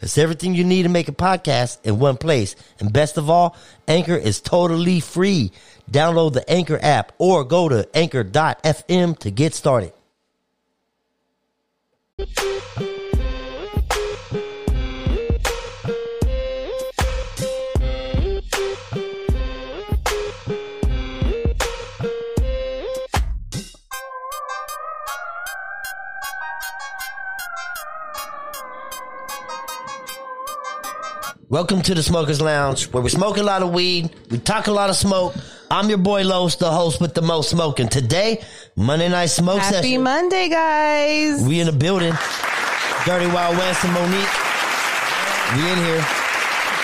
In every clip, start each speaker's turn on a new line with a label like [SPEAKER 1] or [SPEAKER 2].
[SPEAKER 1] It's everything you need to make a podcast in one place. And best of all, Anchor is totally free. Download the Anchor app or go to anchor.fm to get started. Welcome to the Smokers Lounge, where we smoke a lot of weed, we talk a lot of smoke. I'm your boy Los, the host with the most smoking. Today, Monday Night Smoke
[SPEAKER 2] Happy
[SPEAKER 1] Session.
[SPEAKER 2] Monday, guys.
[SPEAKER 1] We in the building. Dirty Wild West and Monique. We in here.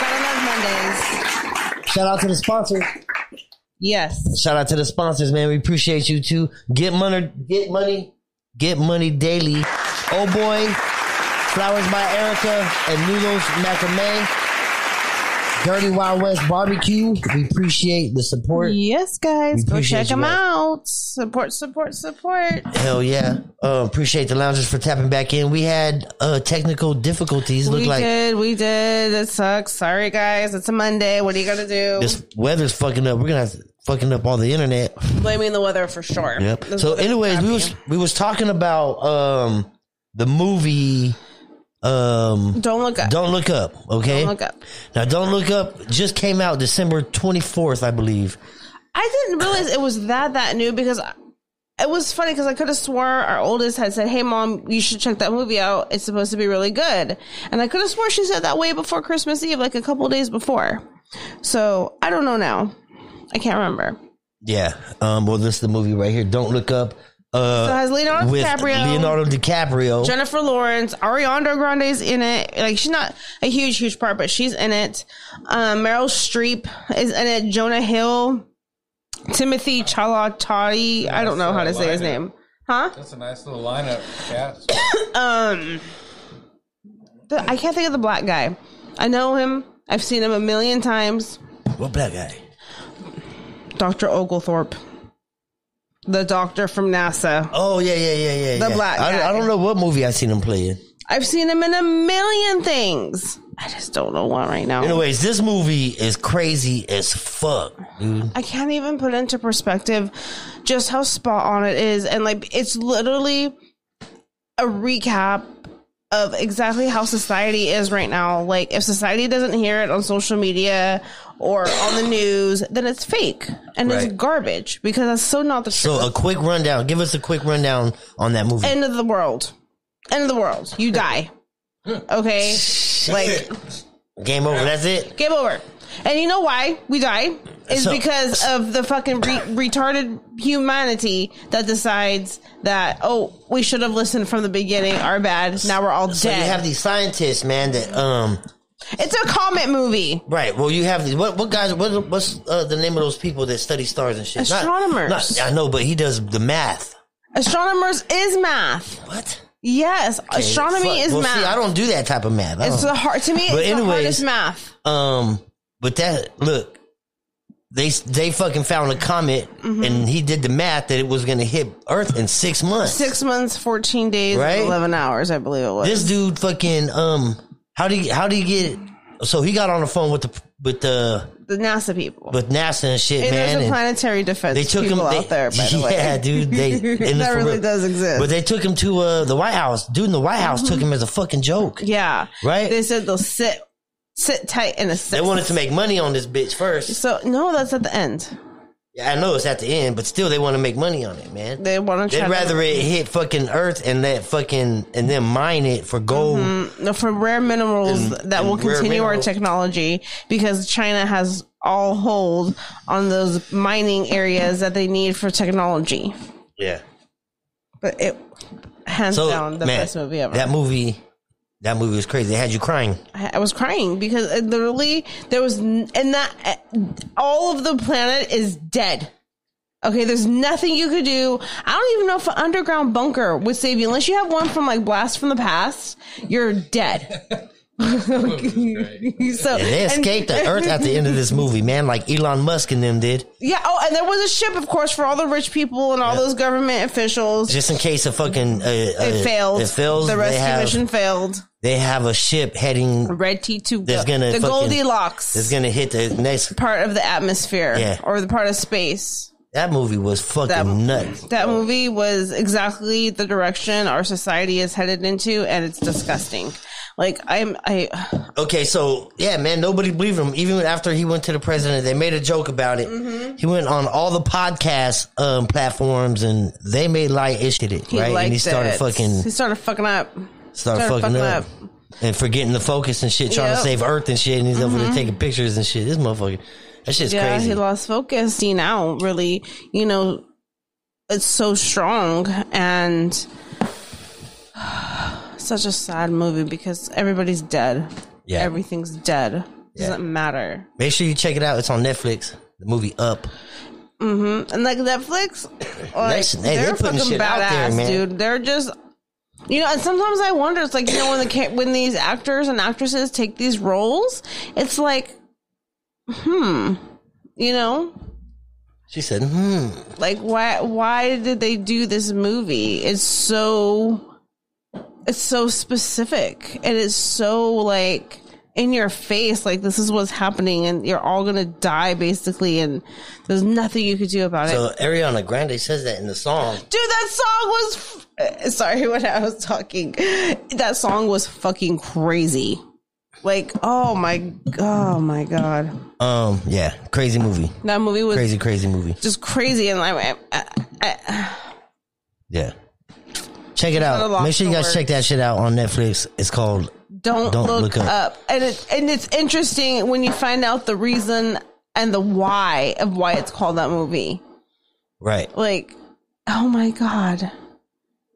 [SPEAKER 2] Gotta love Mondays.
[SPEAKER 1] Shout out to the sponsors.
[SPEAKER 2] Yes.
[SPEAKER 1] Shout out to the sponsors, man. We appreciate you too. Get money, get money, get money daily. Oh boy, flowers by Erica and noodles macrame. Dirty Wild West barbecue. We appreciate the support.
[SPEAKER 2] Yes, guys.
[SPEAKER 1] We
[SPEAKER 2] Go
[SPEAKER 1] appreciate
[SPEAKER 2] check them
[SPEAKER 1] you
[SPEAKER 2] out. Support, support, support.
[SPEAKER 1] Hell yeah. Uh, appreciate the loungers for tapping back in. We had uh, technical difficulties. Look
[SPEAKER 2] we
[SPEAKER 1] like
[SPEAKER 2] did. We did. It sucks. Sorry, guys. It's a Monday. What are you gonna do?
[SPEAKER 1] this weather's fucking up. We're gonna have to fucking up all the internet.
[SPEAKER 2] Blaming the weather for sure.
[SPEAKER 1] Yep.
[SPEAKER 2] This
[SPEAKER 1] So,
[SPEAKER 2] weather's
[SPEAKER 1] anyways, we
[SPEAKER 2] crappy.
[SPEAKER 1] was we was talking about um the movie um
[SPEAKER 2] don't look up.
[SPEAKER 1] Don't Look Up. Okay.
[SPEAKER 2] Don't look up.
[SPEAKER 1] Now, Don't Look Up just came out December twenty fourth, I believe.
[SPEAKER 2] I didn't realize it was that that new because I- it was funny because I could have swore our oldest had said, "Hey, mom, you should check that movie out. It's supposed to be really good." And I could have swore she said that way before Christmas Eve, like a couple days before. So I don't know now. I can't remember.
[SPEAKER 1] Yeah. Um. Well, this is the movie right here. Don't Look Up. Uh,
[SPEAKER 2] So it has Leonardo
[SPEAKER 1] with
[SPEAKER 2] DiCaprio.
[SPEAKER 1] Leonardo DiCaprio.
[SPEAKER 2] Jennifer Lawrence, Ariana Grande's in it. Like she's not a huge, huge part, but she's in it. Um, Meryl Streep is in it. Jonah Hill, Timothy Chalatati. I don't know how to say his name. Huh?
[SPEAKER 3] That's a nice little lineup. Yeah.
[SPEAKER 2] The- I can't think of the black guy. I know him. I've seen him a million times.
[SPEAKER 1] what black guy?
[SPEAKER 2] Dr. Oglethorpe, the doctor from NASA.
[SPEAKER 1] Oh yeah, yeah, yeah, yeah.
[SPEAKER 2] The
[SPEAKER 1] yeah.
[SPEAKER 2] black
[SPEAKER 1] I, I
[SPEAKER 2] guy.
[SPEAKER 1] don't know what movie I seen him playing.
[SPEAKER 2] I've seen him in a million things. I just don't know one right now.
[SPEAKER 1] Anyways, this movie is crazy as fuck, dude.
[SPEAKER 2] I can't even put into perspective just how spot on it is. And like, it's literally a recap of exactly how society is right now. Like, if society doesn't hear it on social media or on the news, then it's fake and it's
[SPEAKER 1] Right.
[SPEAKER 2] garbage because that's so not the
[SPEAKER 1] So,
[SPEAKER 2] truth.
[SPEAKER 1] a quick rundown. Give us a quick rundown on that movie.
[SPEAKER 2] End of the world. End of the world. You die. Okay? Like,
[SPEAKER 1] Game over. That's it.
[SPEAKER 2] Game over. And you know why we die? Is
[SPEAKER 1] So-
[SPEAKER 2] because of the fucking re- retarded humanity that decides that, oh, we should have listened from the beginning. Our bad. Now we're all
[SPEAKER 1] So you
[SPEAKER 2] dead.
[SPEAKER 1] have these scientists, man. That um,
[SPEAKER 2] it's a comet movie.
[SPEAKER 1] right. Well, you have these. What what guys? What what's uh, the name of those people that study stars and shit? Not-
[SPEAKER 2] Astronomers.
[SPEAKER 1] not- I know, but he does the math.
[SPEAKER 2] Astronomers is math.
[SPEAKER 1] What?
[SPEAKER 2] Yes.
[SPEAKER 1] Okay, fuck.
[SPEAKER 2] astronomy is
[SPEAKER 1] well,
[SPEAKER 2] math.
[SPEAKER 1] See, I don't do that type of math. I
[SPEAKER 2] it's
[SPEAKER 1] don't-
[SPEAKER 2] the hard to me.
[SPEAKER 1] But
[SPEAKER 2] it's the
[SPEAKER 1] anyways-
[SPEAKER 2] hardest math.
[SPEAKER 1] um, but that look, they they fucking found a comet,
[SPEAKER 2] Mm-hmm.
[SPEAKER 1] and he did the math that it was going to hit Earth in six months.
[SPEAKER 2] Six months, fourteen days, and
[SPEAKER 1] Right?
[SPEAKER 2] eleven hours. I believe it was.
[SPEAKER 1] this dude fucking um how do you how do you get so he got on the phone with the with the
[SPEAKER 2] the NASA people.
[SPEAKER 1] with NASA and shit
[SPEAKER 2] and
[SPEAKER 1] man
[SPEAKER 2] there's a
[SPEAKER 1] and
[SPEAKER 2] planetary defense
[SPEAKER 1] they took
[SPEAKER 2] people
[SPEAKER 1] him they-
[SPEAKER 2] out there. By the way,
[SPEAKER 1] yeah dude they and it's
[SPEAKER 2] That
[SPEAKER 1] for
[SPEAKER 2] really
[SPEAKER 1] real.
[SPEAKER 2] does exist. Mm-hmm.
[SPEAKER 1] but they took him to uh the White House dude in the White House took him as a fucking joke
[SPEAKER 2] Yeah.
[SPEAKER 1] Right?
[SPEAKER 2] They said they'll sit sit tight in a six.
[SPEAKER 1] they wanted to make money on this bitch first
[SPEAKER 2] so no, that's at the end.
[SPEAKER 1] yeah, I know it's at the end but still they want to make money on it man
[SPEAKER 2] They want to
[SPEAKER 1] They'd
[SPEAKER 2] try
[SPEAKER 1] rather it hit fucking Earth and let fucking and then mine it for gold.
[SPEAKER 2] to, no, for rare minerals
[SPEAKER 1] And-
[SPEAKER 2] that will
[SPEAKER 1] and rare
[SPEAKER 2] continue our
[SPEAKER 1] minerals.
[SPEAKER 2] technology because China has all hold on those mining areas that they need for technology.
[SPEAKER 1] Yeah.
[SPEAKER 2] But it hands
[SPEAKER 1] So
[SPEAKER 2] down the
[SPEAKER 1] man,
[SPEAKER 2] best movie ever.
[SPEAKER 1] That movie That movie was crazy. It had you crying.
[SPEAKER 2] I I was crying because it literally there was, n- and that uh, all of the planet is dead. Okay, there's nothing you could do. I don't even know if an underground bunker would save you unless you have one from like Blast from the Past. You're dead. so
[SPEAKER 1] And they escaped the earth at the end of this movie, man, like Elon Musk and them did.
[SPEAKER 2] Yeah. Oh, and there was a ship, of course, for all the rich people and all those government officials.
[SPEAKER 1] Just in case a fucking uh,
[SPEAKER 2] it failed.
[SPEAKER 1] It fails.
[SPEAKER 2] The rescue
[SPEAKER 1] they have,
[SPEAKER 2] mission failed.
[SPEAKER 1] They have a ship heading
[SPEAKER 2] Red T two.
[SPEAKER 1] That's gonna
[SPEAKER 2] The
[SPEAKER 1] fucking-
[SPEAKER 2] Goldilocks.
[SPEAKER 1] that's gonna hit the next.
[SPEAKER 2] part of the atmosphere
[SPEAKER 1] Yeah.
[SPEAKER 2] or the part of space.
[SPEAKER 1] That movie was fucking
[SPEAKER 2] That-
[SPEAKER 1] nuts.
[SPEAKER 2] That movie was exactly the direction our society is headed into, and it's disgusting. Like I'm, I
[SPEAKER 1] Okay, so yeah, man, nobody believed him. Even after he went to the president, they made a joke about it.
[SPEAKER 2] Mm-hmm.
[SPEAKER 1] He went on all the podcast um, platforms, and they made light ish it,
[SPEAKER 2] he
[SPEAKER 1] right?
[SPEAKER 2] liked
[SPEAKER 1] And he started
[SPEAKER 2] it.
[SPEAKER 1] fucking
[SPEAKER 2] He started fucking up.
[SPEAKER 1] started,
[SPEAKER 2] started
[SPEAKER 1] fucking, up.
[SPEAKER 2] fucking
[SPEAKER 1] and forgetting the focus and shit, trying
[SPEAKER 2] Yep. Mm-hmm.
[SPEAKER 1] to save Earth and shit, and he's over there taking pictures and shit. This motherfucker, that shit's
[SPEAKER 2] yeah,
[SPEAKER 1] crazy.
[SPEAKER 2] he lost focus. See now, really, you know, it's so strong and such a sad movie because everybody's dead.
[SPEAKER 1] Yeah.
[SPEAKER 2] everything's dead. Doesn't matter.
[SPEAKER 1] Make sure you check it out. It's on Netflix. The movie Up.
[SPEAKER 2] And like Netflix, like,
[SPEAKER 1] Listen, hey,
[SPEAKER 2] they're,
[SPEAKER 1] they're putting
[SPEAKER 2] fucking
[SPEAKER 1] shit
[SPEAKER 2] badass,
[SPEAKER 1] out there, man.
[SPEAKER 2] dude. They're just, you know. And sometimes I wonder, it's like you know when the ca- when these actors and actresses take these roles, it's like, hmm, you know,
[SPEAKER 1] She said, "Hmm,
[SPEAKER 2] like why why did they do this movie? It's so, it's so specific, and it's so like in your face like this is what's happening and you're all gonna die basically and there's nothing you could do about it
[SPEAKER 1] So Ariana Grande says that in the song.
[SPEAKER 2] Dude, that song was. F- eh, Sorry, when I was talking, that song was fucking crazy. Like, oh my, oh my god,
[SPEAKER 1] Um, yeah, crazy movie,
[SPEAKER 2] that movie was
[SPEAKER 1] crazy, crazy movie.
[SPEAKER 2] just crazy, and I, "Uh, I, I,
[SPEAKER 1] Yeah, check it
[SPEAKER 2] a
[SPEAKER 1] out.
[SPEAKER 2] lot
[SPEAKER 1] Make sure you
[SPEAKER 2] to
[SPEAKER 1] guys
[SPEAKER 2] work.
[SPEAKER 1] check that shit out on Netflix. It's called
[SPEAKER 2] don't,
[SPEAKER 1] Don't
[SPEAKER 2] look,
[SPEAKER 1] look up.
[SPEAKER 2] up. And it, and it's interesting when you find out the reason and the why of why it's called that movie.
[SPEAKER 1] right.
[SPEAKER 2] Like, oh my god.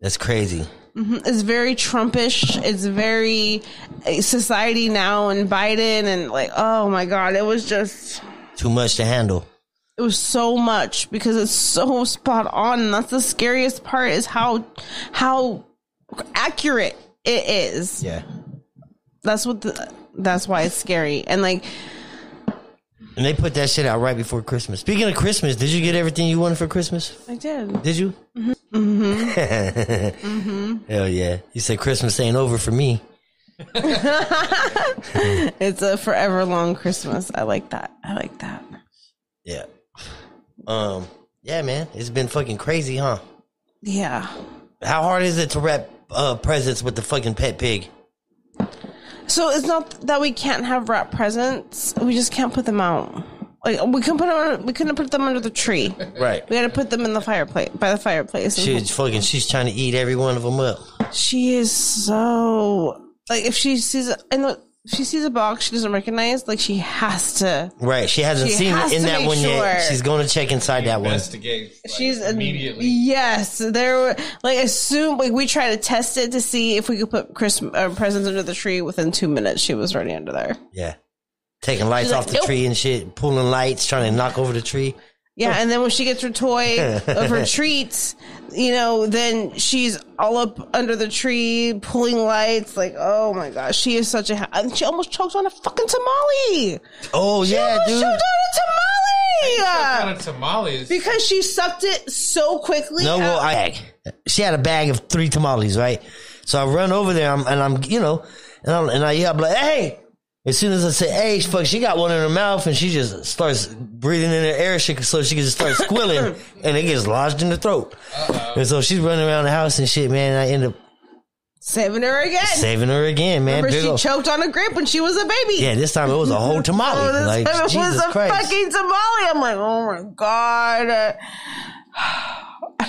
[SPEAKER 1] That's crazy.
[SPEAKER 2] It's very Trumpish. It's very eh, society now and Biden and like, oh my God, it was just,
[SPEAKER 1] Too much to handle.
[SPEAKER 2] it was so much because it's so spot on. And that's the scariest part is how, how accurate it is.
[SPEAKER 1] Yeah.
[SPEAKER 2] That's what the, that's why it's scary. And like,
[SPEAKER 1] And they put that shit out right before Christmas. Speaking of Christmas, did you get everything you wanted for Christmas?
[SPEAKER 2] I did.
[SPEAKER 1] Did you? Mm-hmm. Hell yeah! You said Christmas ain't over for me.
[SPEAKER 2] It's a forever long Christmas. I like that. I like that.
[SPEAKER 1] Yeah. Um. Yeah, man. It's been fucking crazy, huh?
[SPEAKER 2] Yeah.
[SPEAKER 1] How hard is it to wrap uh, presents with the fucking pet pig?
[SPEAKER 2] So it's not that we can't have wrap presents. We just can't put them out. Like we couldn't put them. We couldn't put them under the tree.
[SPEAKER 1] Right.
[SPEAKER 2] We had to put them in the fireplace by the fireplace.
[SPEAKER 1] She was fucking. She's trying to eat every one of them up.
[SPEAKER 2] She is so like if she sees and look, if she sees a box she doesn't recognize. Like she has to.
[SPEAKER 1] Right. She hasn't
[SPEAKER 2] She
[SPEAKER 1] seen
[SPEAKER 2] has
[SPEAKER 1] it in
[SPEAKER 2] to
[SPEAKER 1] that
[SPEAKER 2] make
[SPEAKER 1] one yet.
[SPEAKER 2] sure.
[SPEAKER 1] She's going to check inside that one.
[SPEAKER 3] Investigates. Like,
[SPEAKER 2] She's
[SPEAKER 3] immediately.
[SPEAKER 2] Yes, there. were Like as soon like we try to test it to see if we could put Christmas uh, presents under the tree. Within two minutes, she was already under there.
[SPEAKER 1] Yeah. Taking lights
[SPEAKER 2] like,
[SPEAKER 1] off the
[SPEAKER 2] "Nope."
[SPEAKER 1] tree and shit, pulling lights, trying to knock over the tree.
[SPEAKER 2] Yeah, and then when she gets her toy of her treats, you know, then she's all up under the tree pulling lights. Like, oh my gosh, she is such a. Ha- and she almost choked on a fucking tamale.
[SPEAKER 1] Oh yeah,
[SPEAKER 2] almost
[SPEAKER 1] dude.
[SPEAKER 2] choked on a tamale
[SPEAKER 3] Kind of tamales.
[SPEAKER 2] because she sucked it so quickly.
[SPEAKER 1] No, well,
[SPEAKER 2] out.
[SPEAKER 1] I she had a bag of three tamales, right? So I run over there, I'm, and I'm, you know, and I'm, and I yell, I'm like, hey! As soon as I say, hey, fuck, she got one in her mouth, and she just starts breathing in her air, she, so she can just start squilling, and it gets lodged in the throat. And so she's running around the house and shit, man. And I end up
[SPEAKER 2] saving her again.
[SPEAKER 1] saving her again, man.
[SPEAKER 2] Remember,
[SPEAKER 1] Big
[SPEAKER 2] she
[SPEAKER 1] ol'-
[SPEAKER 2] choked on a grape when she was a baby.
[SPEAKER 1] yeah, this time it was a whole tamale.
[SPEAKER 2] Oh, this
[SPEAKER 1] like,
[SPEAKER 2] time it
[SPEAKER 1] Jesus
[SPEAKER 2] was a
[SPEAKER 1] Christ.
[SPEAKER 2] fucking tamale. I'm like, oh my god.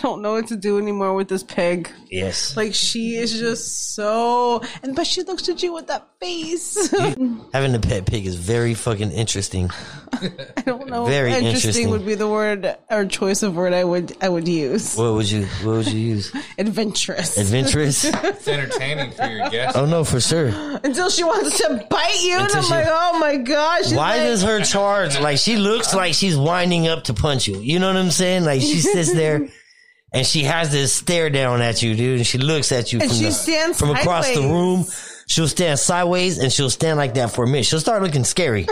[SPEAKER 2] don't know what to do anymore with this pig.
[SPEAKER 1] Yes.
[SPEAKER 2] Like she is just so, and but she looks at you with that face.
[SPEAKER 1] Having a pet pig is very fucking interesting.
[SPEAKER 2] I don't know.
[SPEAKER 1] Very
[SPEAKER 2] interesting,
[SPEAKER 1] interesting.
[SPEAKER 2] would be the word or choice of word I would I would use.
[SPEAKER 1] What would you what would you use?
[SPEAKER 2] Adventurous.
[SPEAKER 1] Adventurous?
[SPEAKER 3] It's entertaining for your guests.
[SPEAKER 1] Oh no, for sure.
[SPEAKER 2] Until she wants to bite you, and
[SPEAKER 1] Until
[SPEAKER 2] I'm
[SPEAKER 1] she-
[SPEAKER 2] like, oh my gosh. She's
[SPEAKER 1] Why
[SPEAKER 2] like,
[SPEAKER 1] does her charge like she looks like she's winding up to punch you? You know what I'm saying? Like she sits there and she has this stare down at you, dude, and she looks at you
[SPEAKER 2] And
[SPEAKER 1] from
[SPEAKER 2] she
[SPEAKER 1] the-
[SPEAKER 2] stands
[SPEAKER 1] from across the
[SPEAKER 2] sideways.
[SPEAKER 1] room. She'll stand sideways and she'll stand like that for a minute. She'll start looking scary.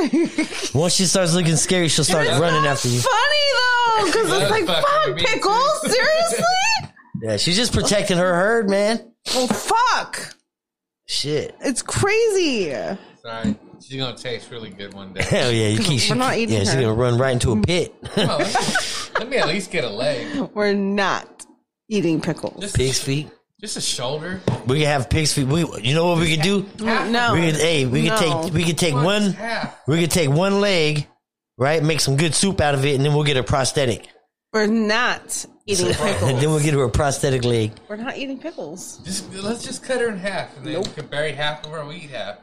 [SPEAKER 1] Once she starts looking scary, she'll start running after you.
[SPEAKER 2] Funny though, because it's like,
[SPEAKER 3] Fuck,
[SPEAKER 2] fuck,
[SPEAKER 3] you mean-
[SPEAKER 2] pickles, seriously?
[SPEAKER 1] Yeah, she's just protecting her herd, man.
[SPEAKER 2] well, fuck.
[SPEAKER 1] Shit.
[SPEAKER 2] It's crazy.
[SPEAKER 3] Sorry. She's going to taste really good one day.
[SPEAKER 1] Hell yeah, you keep.
[SPEAKER 2] We're not eating
[SPEAKER 1] yeah, she's
[SPEAKER 2] her.
[SPEAKER 1] gonna run right into a pit.
[SPEAKER 3] Well, let, me, let me at least get a leg.
[SPEAKER 2] We're not eating pickles.
[SPEAKER 3] Just,
[SPEAKER 1] pig's feet.
[SPEAKER 3] just a shoulder.
[SPEAKER 1] We can have pig's feet. We, you know what we could do?
[SPEAKER 2] No.
[SPEAKER 1] We could, hey, we could
[SPEAKER 2] No.
[SPEAKER 1] take we could take
[SPEAKER 3] One's
[SPEAKER 1] one.
[SPEAKER 3] half.
[SPEAKER 1] We could take one leg, right? Make some good soup out of it, and then we'll get a prosthetic.
[SPEAKER 2] We're not eating
[SPEAKER 1] And
[SPEAKER 2] pickles.
[SPEAKER 1] then we'll get her a prosthetic leg.
[SPEAKER 2] We're not eating pickles.
[SPEAKER 3] Just, let's just cut her in half and then we can bury half of her and we eat half.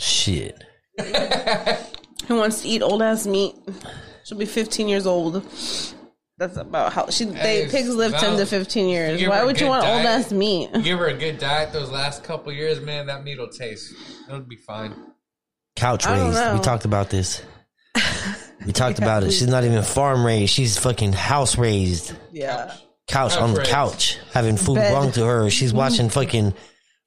[SPEAKER 1] Shit.
[SPEAKER 2] Who wants to eat old ass meat? She'll be 15 years old. That's about how she.
[SPEAKER 3] Hey,
[SPEAKER 2] they pigs live 10 to
[SPEAKER 3] Val,
[SPEAKER 2] 15 years.
[SPEAKER 3] give
[SPEAKER 2] Why
[SPEAKER 3] her a
[SPEAKER 2] would you
[SPEAKER 3] good
[SPEAKER 2] want old
[SPEAKER 3] diet.
[SPEAKER 2] ass meat?
[SPEAKER 3] Give her a good diet those last couple years, man. That meat will taste. It'll be fine.
[SPEAKER 1] Couch
[SPEAKER 2] I don't
[SPEAKER 1] raised. We
[SPEAKER 2] know.
[SPEAKER 1] talked about this. We talked about it. She's not even farm raised. She's fucking house raised.
[SPEAKER 2] Yeah.
[SPEAKER 1] Couch on the
[SPEAKER 3] Outraged.
[SPEAKER 1] couch, having food
[SPEAKER 2] Bed.
[SPEAKER 1] brought to her. She's watching fucking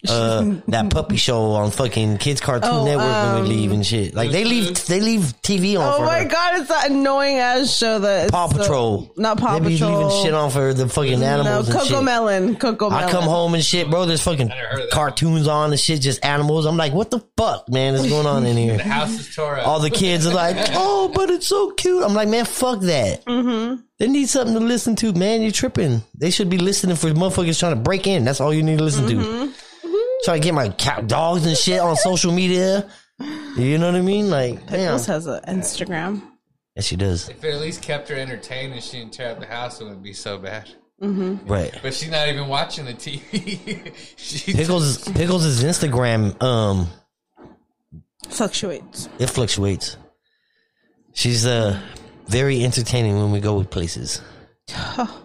[SPEAKER 1] uh, that puppy show on fucking Kids Cartoon
[SPEAKER 2] Oh,
[SPEAKER 1] Network when we leave and shit. Like they leave, they leave TV on.
[SPEAKER 2] Oh
[SPEAKER 1] for
[SPEAKER 2] my
[SPEAKER 1] her.
[SPEAKER 2] god, it's that annoying ass show that
[SPEAKER 1] Paw
[SPEAKER 2] so-
[SPEAKER 1] Patrol.
[SPEAKER 2] not Paw
[SPEAKER 1] They be leaving
[SPEAKER 2] Patrol.
[SPEAKER 1] shit on for the fucking animals
[SPEAKER 2] no,
[SPEAKER 1] and
[SPEAKER 2] Coco
[SPEAKER 1] shit.
[SPEAKER 2] Melon. Coco Melon.
[SPEAKER 1] I come home and shit, bro. There's fucking
[SPEAKER 3] never heard of that
[SPEAKER 1] cartoons on and shit, just animals. I'm like, what the fuck, man, is going on in
[SPEAKER 3] The
[SPEAKER 1] here?
[SPEAKER 3] house is tore up.
[SPEAKER 1] All the kids are like, oh, but it's so cute. I'm like, man, fuck that. Mm-hmm. They need something to listen to, man. You're tripping. They should be listening for motherfuckers trying to break in. That's all you need to listen to. Trying to get my cat dogs and shit on social media. You know what I mean? Like, damn.
[SPEAKER 2] Pickles has an Instagram.
[SPEAKER 1] Yes, she does.
[SPEAKER 3] if it at least kept her entertained and she didn't tear up the house, it wouldn't be so bad.
[SPEAKER 1] Right.
[SPEAKER 3] But she's not even watching the TV. she's
[SPEAKER 1] Pickles Pickles' Instagram um
[SPEAKER 2] Fluctuates.
[SPEAKER 1] it fluctuates. She's uh very entertaining when we go with places.
[SPEAKER 2] Oh,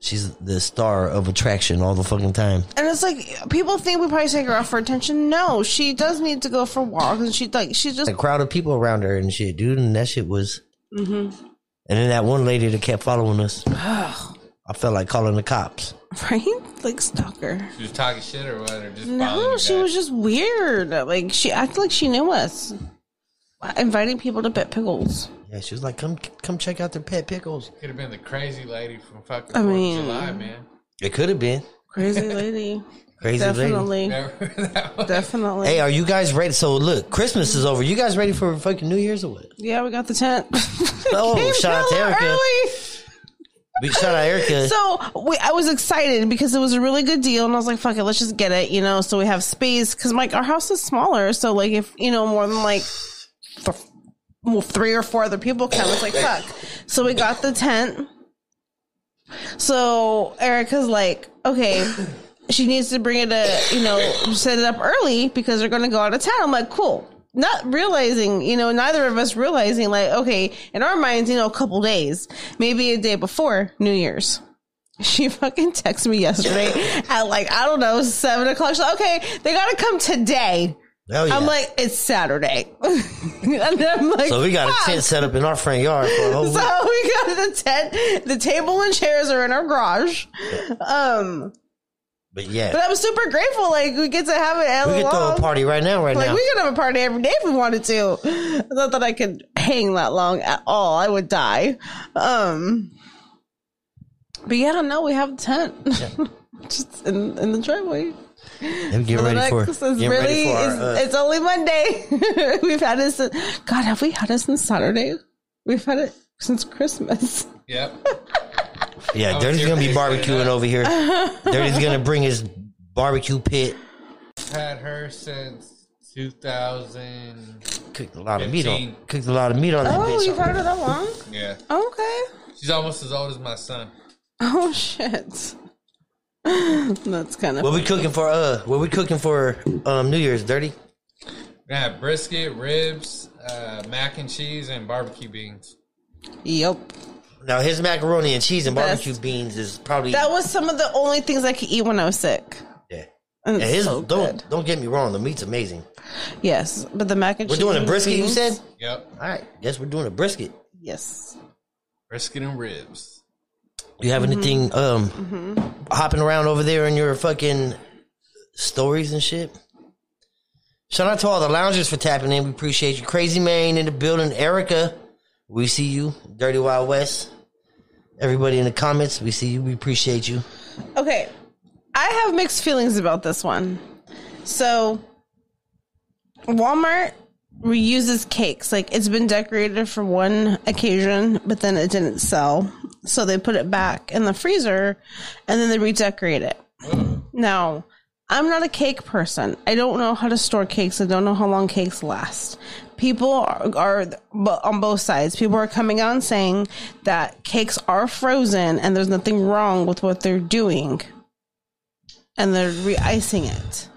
[SPEAKER 1] She's the star of attraction all the fucking time.
[SPEAKER 2] And it's like people think we probably take her out for attention. No, she does need to go for walks, and she like she's just
[SPEAKER 1] A crowd of people around her and shit, dude, and that shit was.
[SPEAKER 2] Mm-hmm.
[SPEAKER 1] And then that one lady that kept following us, I felt like calling the cops.
[SPEAKER 2] right like stalker.
[SPEAKER 3] she was talking shit or what, or just bothering
[SPEAKER 2] No,
[SPEAKER 3] you
[SPEAKER 2] she
[SPEAKER 3] guys?
[SPEAKER 2] was just weird. Like she acted like she knew us, inviting people to bet pickles.
[SPEAKER 1] Yeah, she was like, "Come, come check out their pet pickles."
[SPEAKER 3] Could have been the crazy lady from fucking
[SPEAKER 2] I
[SPEAKER 3] Fourth
[SPEAKER 2] mean-
[SPEAKER 3] of July, man.
[SPEAKER 1] It could have been
[SPEAKER 2] Crazy lady,
[SPEAKER 1] crazy lady.
[SPEAKER 2] definitely,
[SPEAKER 3] Remember that one?
[SPEAKER 2] definitely.
[SPEAKER 1] Hey, are you guys ready? So look, Christmas is over. You guys ready for fucking New Year's or what?
[SPEAKER 2] yeah, we got the tent.
[SPEAKER 1] Oh,
[SPEAKER 2] Came
[SPEAKER 1] shout out to
[SPEAKER 2] hella
[SPEAKER 1] Erica.
[SPEAKER 2] early.
[SPEAKER 1] We shout out Erica.
[SPEAKER 2] So we, I was excited because it was a really good deal, and I was like, "Fuck it, let's just get it," you know. So we have space because like our house is smaller, so like if you know more than like th- well, three or four other people come, it's like fuck. So we got the tent. So Erica's like, okay. She needs to bring it a, you know, set it up early because they're going to go out of town. I'm like, cool. Not realizing, you know, neither of us realizing, like, okay, in our minds, you know, a couple days, maybe a day before New Year's. She fucking texted me yesterday at like, I don't know, seven o'clock. She's like, okay, they gotta come today.
[SPEAKER 1] Hell yeah.
[SPEAKER 2] I'm like, it's Saturday. and then I'm like,
[SPEAKER 1] So we got
[SPEAKER 2] "Fuck."
[SPEAKER 1] a tent set up in our front yard for a whole
[SPEAKER 2] So
[SPEAKER 1] week.
[SPEAKER 2] we got the tent. The table and chairs are in our garage. Um,
[SPEAKER 1] But yeah,
[SPEAKER 2] but I'm super grateful. Like we get to have it at
[SPEAKER 1] we could throw a
[SPEAKER 2] long.
[SPEAKER 1] party right now, right
[SPEAKER 2] Like
[SPEAKER 1] now.
[SPEAKER 2] we could have a party every day if we wanted to. Not that I could hang that long at all. I would die. Um, but yeah, no, we have a tent. Just in, in the driveway.
[SPEAKER 1] And get ready for,
[SPEAKER 2] Relax.
[SPEAKER 1] get
[SPEAKER 2] it's really,
[SPEAKER 1] ready for our,
[SPEAKER 2] it's,
[SPEAKER 1] uh,
[SPEAKER 2] it's only Monday. We've had it since, God, have we had it since Saturday? We've had it since Christmas.
[SPEAKER 3] Yep.
[SPEAKER 1] yeah,
[SPEAKER 3] was
[SPEAKER 1] Dirty's
[SPEAKER 3] here
[SPEAKER 1] gonna be
[SPEAKER 3] for you.
[SPEAKER 1] barbecuing over here. Dirty's gonna bring his barbecue pit,
[SPEAKER 3] Had her since 2000.
[SPEAKER 1] cooked a lot of meat on,
[SPEAKER 3] 15.
[SPEAKER 1] cooked a lot of meat on that
[SPEAKER 2] Oh,
[SPEAKER 1] bitch.
[SPEAKER 2] you've had it that long?
[SPEAKER 3] Yeah.
[SPEAKER 2] Okay.
[SPEAKER 3] She's almost as old as my son.
[SPEAKER 2] Oh shit. That's kind of
[SPEAKER 1] What we cooking for? Uh, what we cooking for? Um, New Year's dirty.
[SPEAKER 3] Yeah, brisket, ribs, uh, mac and cheese, and barbecue beans.
[SPEAKER 2] yep.
[SPEAKER 1] Now his macaroni and cheese and
[SPEAKER 2] Best.
[SPEAKER 1] barbecue beans is probably
[SPEAKER 2] That was some of the only things I could eat when I was sick.
[SPEAKER 1] yeah.
[SPEAKER 2] And
[SPEAKER 1] Yeah,
[SPEAKER 2] it's
[SPEAKER 1] his
[SPEAKER 2] so
[SPEAKER 1] don't
[SPEAKER 2] good.
[SPEAKER 1] don't get me wrong. The meat's amazing.
[SPEAKER 2] Yes, but the mac and
[SPEAKER 1] We're
[SPEAKER 2] cheese.
[SPEAKER 1] doing a
[SPEAKER 2] and
[SPEAKER 1] brisket. You
[SPEAKER 2] beans-
[SPEAKER 1] said.
[SPEAKER 3] Yep,
[SPEAKER 1] All right. Yes, we're doing a brisket.
[SPEAKER 2] Yes.
[SPEAKER 3] brisket and ribs.
[SPEAKER 1] You have anything um hopping around over there in your fucking stories and shit? Shout out to all the loungers for tapping in. We appreciate you. Crazy man in the building, Erica. We see you. Dirty Wild West. Everybody in the comments, we see you. We appreciate you.
[SPEAKER 2] Okay. I have mixed feelings about this one. So, Walmart reuses cakes. Like, it's been decorated for one occasion, but then it didn't sell. So, they put it back in the freezer and then they redecorate it. Now, I'm not a cake person. I don't know how to store cakes. I don't know how long cakes last. People are, are bo- on both sides. People are coming out and saying that cakes are frozen and there's nothing wrong with what they're doing. And they're re-icing it.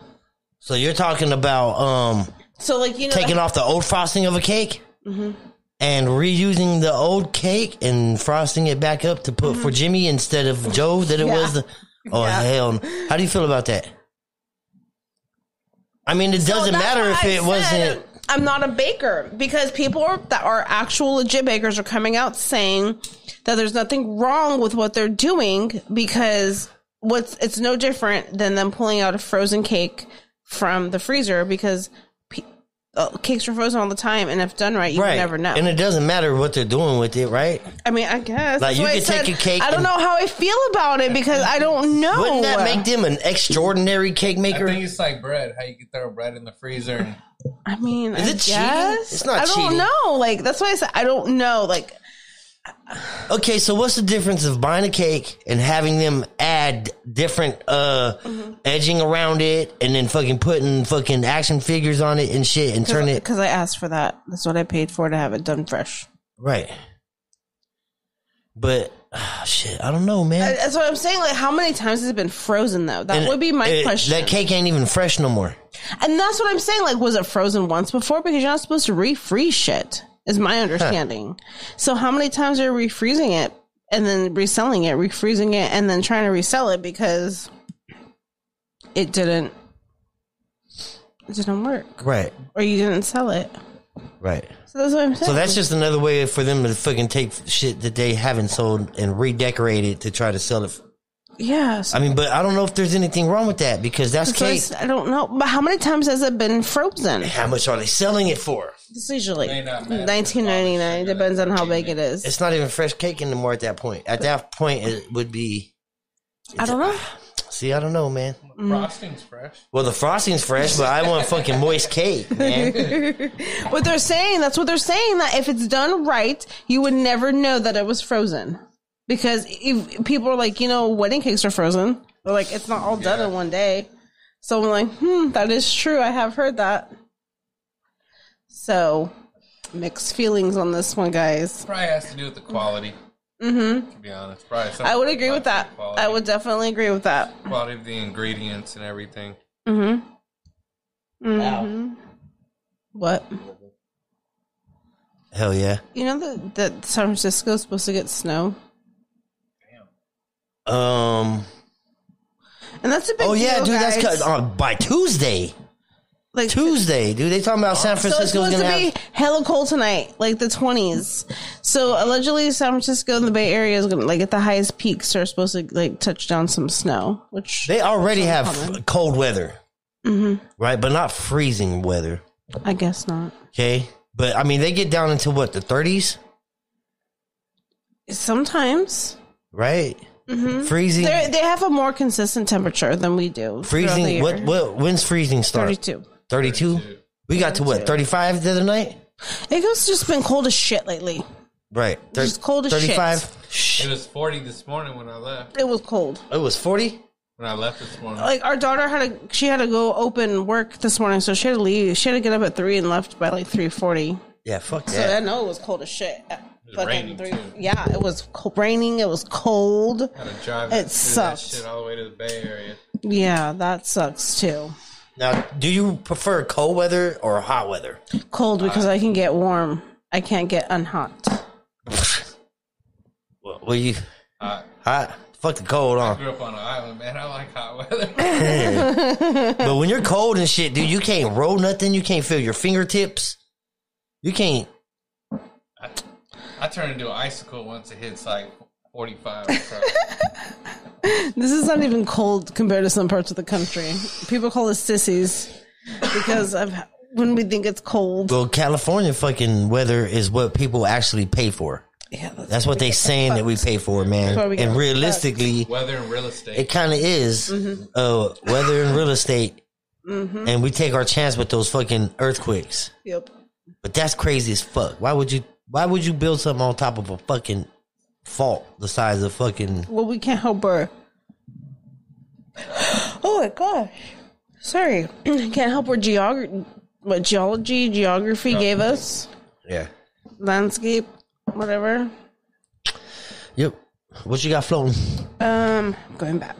[SPEAKER 1] So you're talking about um
[SPEAKER 2] So like you know
[SPEAKER 1] taking off the old frosting of a cake
[SPEAKER 2] Mm-hmm.
[SPEAKER 1] and reusing the old cake and frosting it back up to put for Jimmy instead of Joe that it
[SPEAKER 2] Mm-hmm. Yeah.
[SPEAKER 1] was the Oh
[SPEAKER 2] Yeah.
[SPEAKER 1] hell. no. How do you feel about that? I mean it
[SPEAKER 2] So
[SPEAKER 1] doesn't
[SPEAKER 2] that's
[SPEAKER 1] matter
[SPEAKER 2] why
[SPEAKER 1] if
[SPEAKER 2] I
[SPEAKER 1] it
[SPEAKER 2] said
[SPEAKER 1] wasn't
[SPEAKER 2] I'm not a baker because people are, that are actual legit bakers are coming out saying that there's nothing wrong with what they're doing because what's it's no different than them pulling out a frozen cake from the freezer because pe- uh, cakes are frozen all the time and if done right you
[SPEAKER 1] right.
[SPEAKER 2] never know.
[SPEAKER 1] And it doesn't matter what they're doing with it, right?
[SPEAKER 2] I mean, I guess
[SPEAKER 1] Like,
[SPEAKER 2] That's
[SPEAKER 1] you
[SPEAKER 2] why I
[SPEAKER 1] could take
[SPEAKER 2] said
[SPEAKER 1] a cake
[SPEAKER 2] I don't
[SPEAKER 1] and-
[SPEAKER 2] know how I feel about it because I don't know.
[SPEAKER 1] Wouldn't that make them an extraordinary cake
[SPEAKER 3] I
[SPEAKER 1] maker?
[SPEAKER 3] think it's like bread. How you can throw bread in the freezer and
[SPEAKER 2] I mean,
[SPEAKER 1] Is
[SPEAKER 2] I
[SPEAKER 1] it cheating?
[SPEAKER 2] guess?
[SPEAKER 1] It's not
[SPEAKER 2] I don't
[SPEAKER 1] cheating.
[SPEAKER 2] know. Like that's why I said I don't know. Like
[SPEAKER 1] Okay, so what's the difference of buying a cake and having them add different uh
[SPEAKER 2] Mm-hmm.
[SPEAKER 1] edging around it and then fucking putting fucking action figures on it and shit and turn it
[SPEAKER 2] because I asked for that. That's what I paid for to have it done fresh.
[SPEAKER 1] right. But ah, shit, I don't know, man.
[SPEAKER 2] That's what I'm saying. Like, how many times has it been frozen though? That
[SPEAKER 1] And
[SPEAKER 2] would be my
[SPEAKER 1] it-
[SPEAKER 2] question.
[SPEAKER 1] That cake ain't even fresh no more.
[SPEAKER 2] and that's what I'm saying. Like, was it frozen once before? Because you're not supposed to refreeze shit. Is my understanding. So how many times are you refreezing it and then reselling it, refreezing it, and then trying to resell it because it didn't it didn't work
[SPEAKER 1] Right,
[SPEAKER 2] or you didn't sell it.
[SPEAKER 1] right.
[SPEAKER 2] So that's what I'm saying.
[SPEAKER 1] So that's just another way for them to fucking take shit that they haven't sold and redecorate it to try to sell it.
[SPEAKER 2] yeah. so
[SPEAKER 1] I mean, but I don't know if there's anything wrong with that because that's
[SPEAKER 2] So I
[SPEAKER 1] cake.
[SPEAKER 2] s- I don't know, but how many times has it been frozen?
[SPEAKER 1] How much are they selling it for?
[SPEAKER 2] It's usually
[SPEAKER 3] May not matter.
[SPEAKER 2] nineteen ninety nine. Depends on how big it is.
[SPEAKER 1] It's not even fresh cake anymore at that point. At that point, it would be.
[SPEAKER 2] I don't know.
[SPEAKER 1] See, I don't know, man.
[SPEAKER 3] frosting's fresh.
[SPEAKER 1] Well, the frosting's fresh, but I want fucking moist cake, man.
[SPEAKER 2] But they're saying that's what they're saying that if it's done right, you would never know that it was frozen because if people are like, you know, wedding cakes are frozen. They're like, it's not all done in one day. So I'm like, hmm, that is true. I have heard that. So mixed feelings on this one, guys.
[SPEAKER 3] Probably has to do with the quality. Mm-hmm. To be honest, probably. something
[SPEAKER 2] I would
[SPEAKER 3] with
[SPEAKER 2] agree with that.
[SPEAKER 3] quality-
[SPEAKER 2] I would definitely agree with that.
[SPEAKER 3] quality of the ingredients and everything.
[SPEAKER 2] What?
[SPEAKER 1] Hell yeah.
[SPEAKER 2] You know that that San Francisco is supposed to get snow,
[SPEAKER 1] Um.
[SPEAKER 2] and that's a big.
[SPEAKER 1] Oh yeah,
[SPEAKER 2] deal,
[SPEAKER 1] dude. That's
[SPEAKER 2] guys.
[SPEAKER 1] cut uh, by Tuesday.
[SPEAKER 2] like
[SPEAKER 1] Tuesday, dude. They talking about San
[SPEAKER 2] So it's
[SPEAKER 1] Francisco's
[SPEAKER 2] supposed to
[SPEAKER 1] gonna
[SPEAKER 2] be
[SPEAKER 1] have.
[SPEAKER 2] hella cold tonight, like the twenties. So allegedly, San Francisco and the Bay Area is gonna like at the highest peaks are supposed to like touch down some snow, which
[SPEAKER 1] They already have f- cold weather,
[SPEAKER 2] Mm-hmm.
[SPEAKER 1] right? But not freezing weather.
[SPEAKER 2] I guess not.
[SPEAKER 1] Okay, but I mean they get down into what the thirties,
[SPEAKER 2] Sometimes
[SPEAKER 1] right?
[SPEAKER 2] Mm-hmm.
[SPEAKER 1] Freezing.
[SPEAKER 2] they they have a more consistent temperature than we do.
[SPEAKER 1] Freezing. What? What? When's freezing start?
[SPEAKER 2] Thirty two.
[SPEAKER 1] 32? We got to what, 35 the other night?
[SPEAKER 2] It has just been cold as shit lately.
[SPEAKER 1] Right. Thir-
[SPEAKER 2] Just cold as shit.
[SPEAKER 1] 35?
[SPEAKER 3] It was forty this morning when I left.
[SPEAKER 2] It was cold.
[SPEAKER 1] It was 40?
[SPEAKER 3] When I left this morning,
[SPEAKER 2] like our daughter had a she had to go open work this morning, so she had to leave. She had to get up at three and left by like three forty.
[SPEAKER 1] Yeah, fuck
[SPEAKER 2] So I
[SPEAKER 1] that.
[SPEAKER 2] know it was cold as shit.
[SPEAKER 3] It was
[SPEAKER 2] fucking
[SPEAKER 3] raining
[SPEAKER 2] three.
[SPEAKER 3] too.
[SPEAKER 2] Yeah, it was co- raining. It was cold.
[SPEAKER 3] Had to drive
[SPEAKER 2] It
[SPEAKER 3] through
[SPEAKER 2] sucked.
[SPEAKER 3] That shit all the way to the Bay Area.
[SPEAKER 2] Yeah, that sucks too.
[SPEAKER 1] Now, do you prefer cold weather or hot weather?
[SPEAKER 2] Cold because I can get warm. I can't get unhot.
[SPEAKER 1] Well, well, you
[SPEAKER 3] Hot.
[SPEAKER 1] hot. Fuck the cold,
[SPEAKER 3] I
[SPEAKER 1] huh?
[SPEAKER 3] grew up on an island, man. I like hot weather.
[SPEAKER 1] But when you're cold and shit, dude, you can't roll nothing. You can't feel your fingertips. You can't.
[SPEAKER 3] I turned into an icicle once it hits like 45. or so.
[SPEAKER 2] This is not even cold compared to some parts of the country. People call us sissies because of when we think it's cold.
[SPEAKER 1] Well, California fucking weather is what people actually pay for.
[SPEAKER 2] Yeah, that's,
[SPEAKER 1] That's what they saying that we pay for, man.
[SPEAKER 2] where we
[SPEAKER 1] And
[SPEAKER 2] get
[SPEAKER 1] realistically,
[SPEAKER 3] Weather and real
[SPEAKER 1] it
[SPEAKER 3] estate.
[SPEAKER 1] kind of is uh, weather and real estate. And we take our chance with those fucking earthquakes.
[SPEAKER 2] yep.
[SPEAKER 1] But that's crazy as fuck. Why would you? Why would you build something on top of a fucking fault the size of fucking?
[SPEAKER 2] Well, we can't help her. Oh my gosh. Sorry. Can't help where geog- what geology, geography
[SPEAKER 3] Oh.
[SPEAKER 2] gave us,
[SPEAKER 1] Yeah.
[SPEAKER 2] landscape, whatever.
[SPEAKER 1] Yep. What you got floating?
[SPEAKER 2] Um, going back.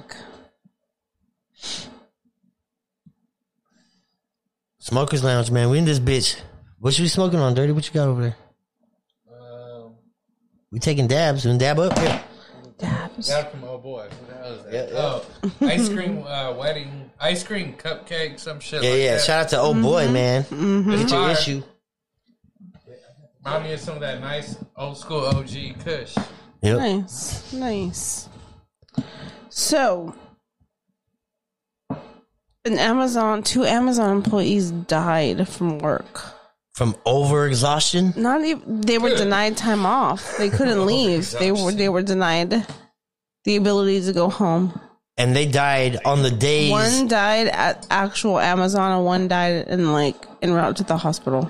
[SPEAKER 1] Smokers Lounge, man. We in this bitch. What you be smoking on, Dirty? What you got over there?
[SPEAKER 3] Um,
[SPEAKER 1] We taking dabs. We dab up. Yeah.
[SPEAKER 2] Dabs.
[SPEAKER 3] that from oh boy. Who the hell is that?
[SPEAKER 1] Yeah, yeah.
[SPEAKER 3] Oh, ice cream uh, wedding, ice cream cupcake, some shit.
[SPEAKER 1] Yeah,
[SPEAKER 3] like
[SPEAKER 1] yeah.
[SPEAKER 3] That.
[SPEAKER 1] Shout out to old boy, man. Get your
[SPEAKER 3] Fire.
[SPEAKER 1] issue.
[SPEAKER 3] Remind me of some of that nice old school OG Kush.
[SPEAKER 1] Yep.
[SPEAKER 2] Nice. Nice. So, an Amazon, two Amazon employees died from work.
[SPEAKER 1] From overexhaustion.
[SPEAKER 2] Not even they were denied time off. They couldn't leave. They were they were denied the ability to go home.
[SPEAKER 1] and they died on the days.
[SPEAKER 2] One died at actual Amazon and one died in like en route to the hospital.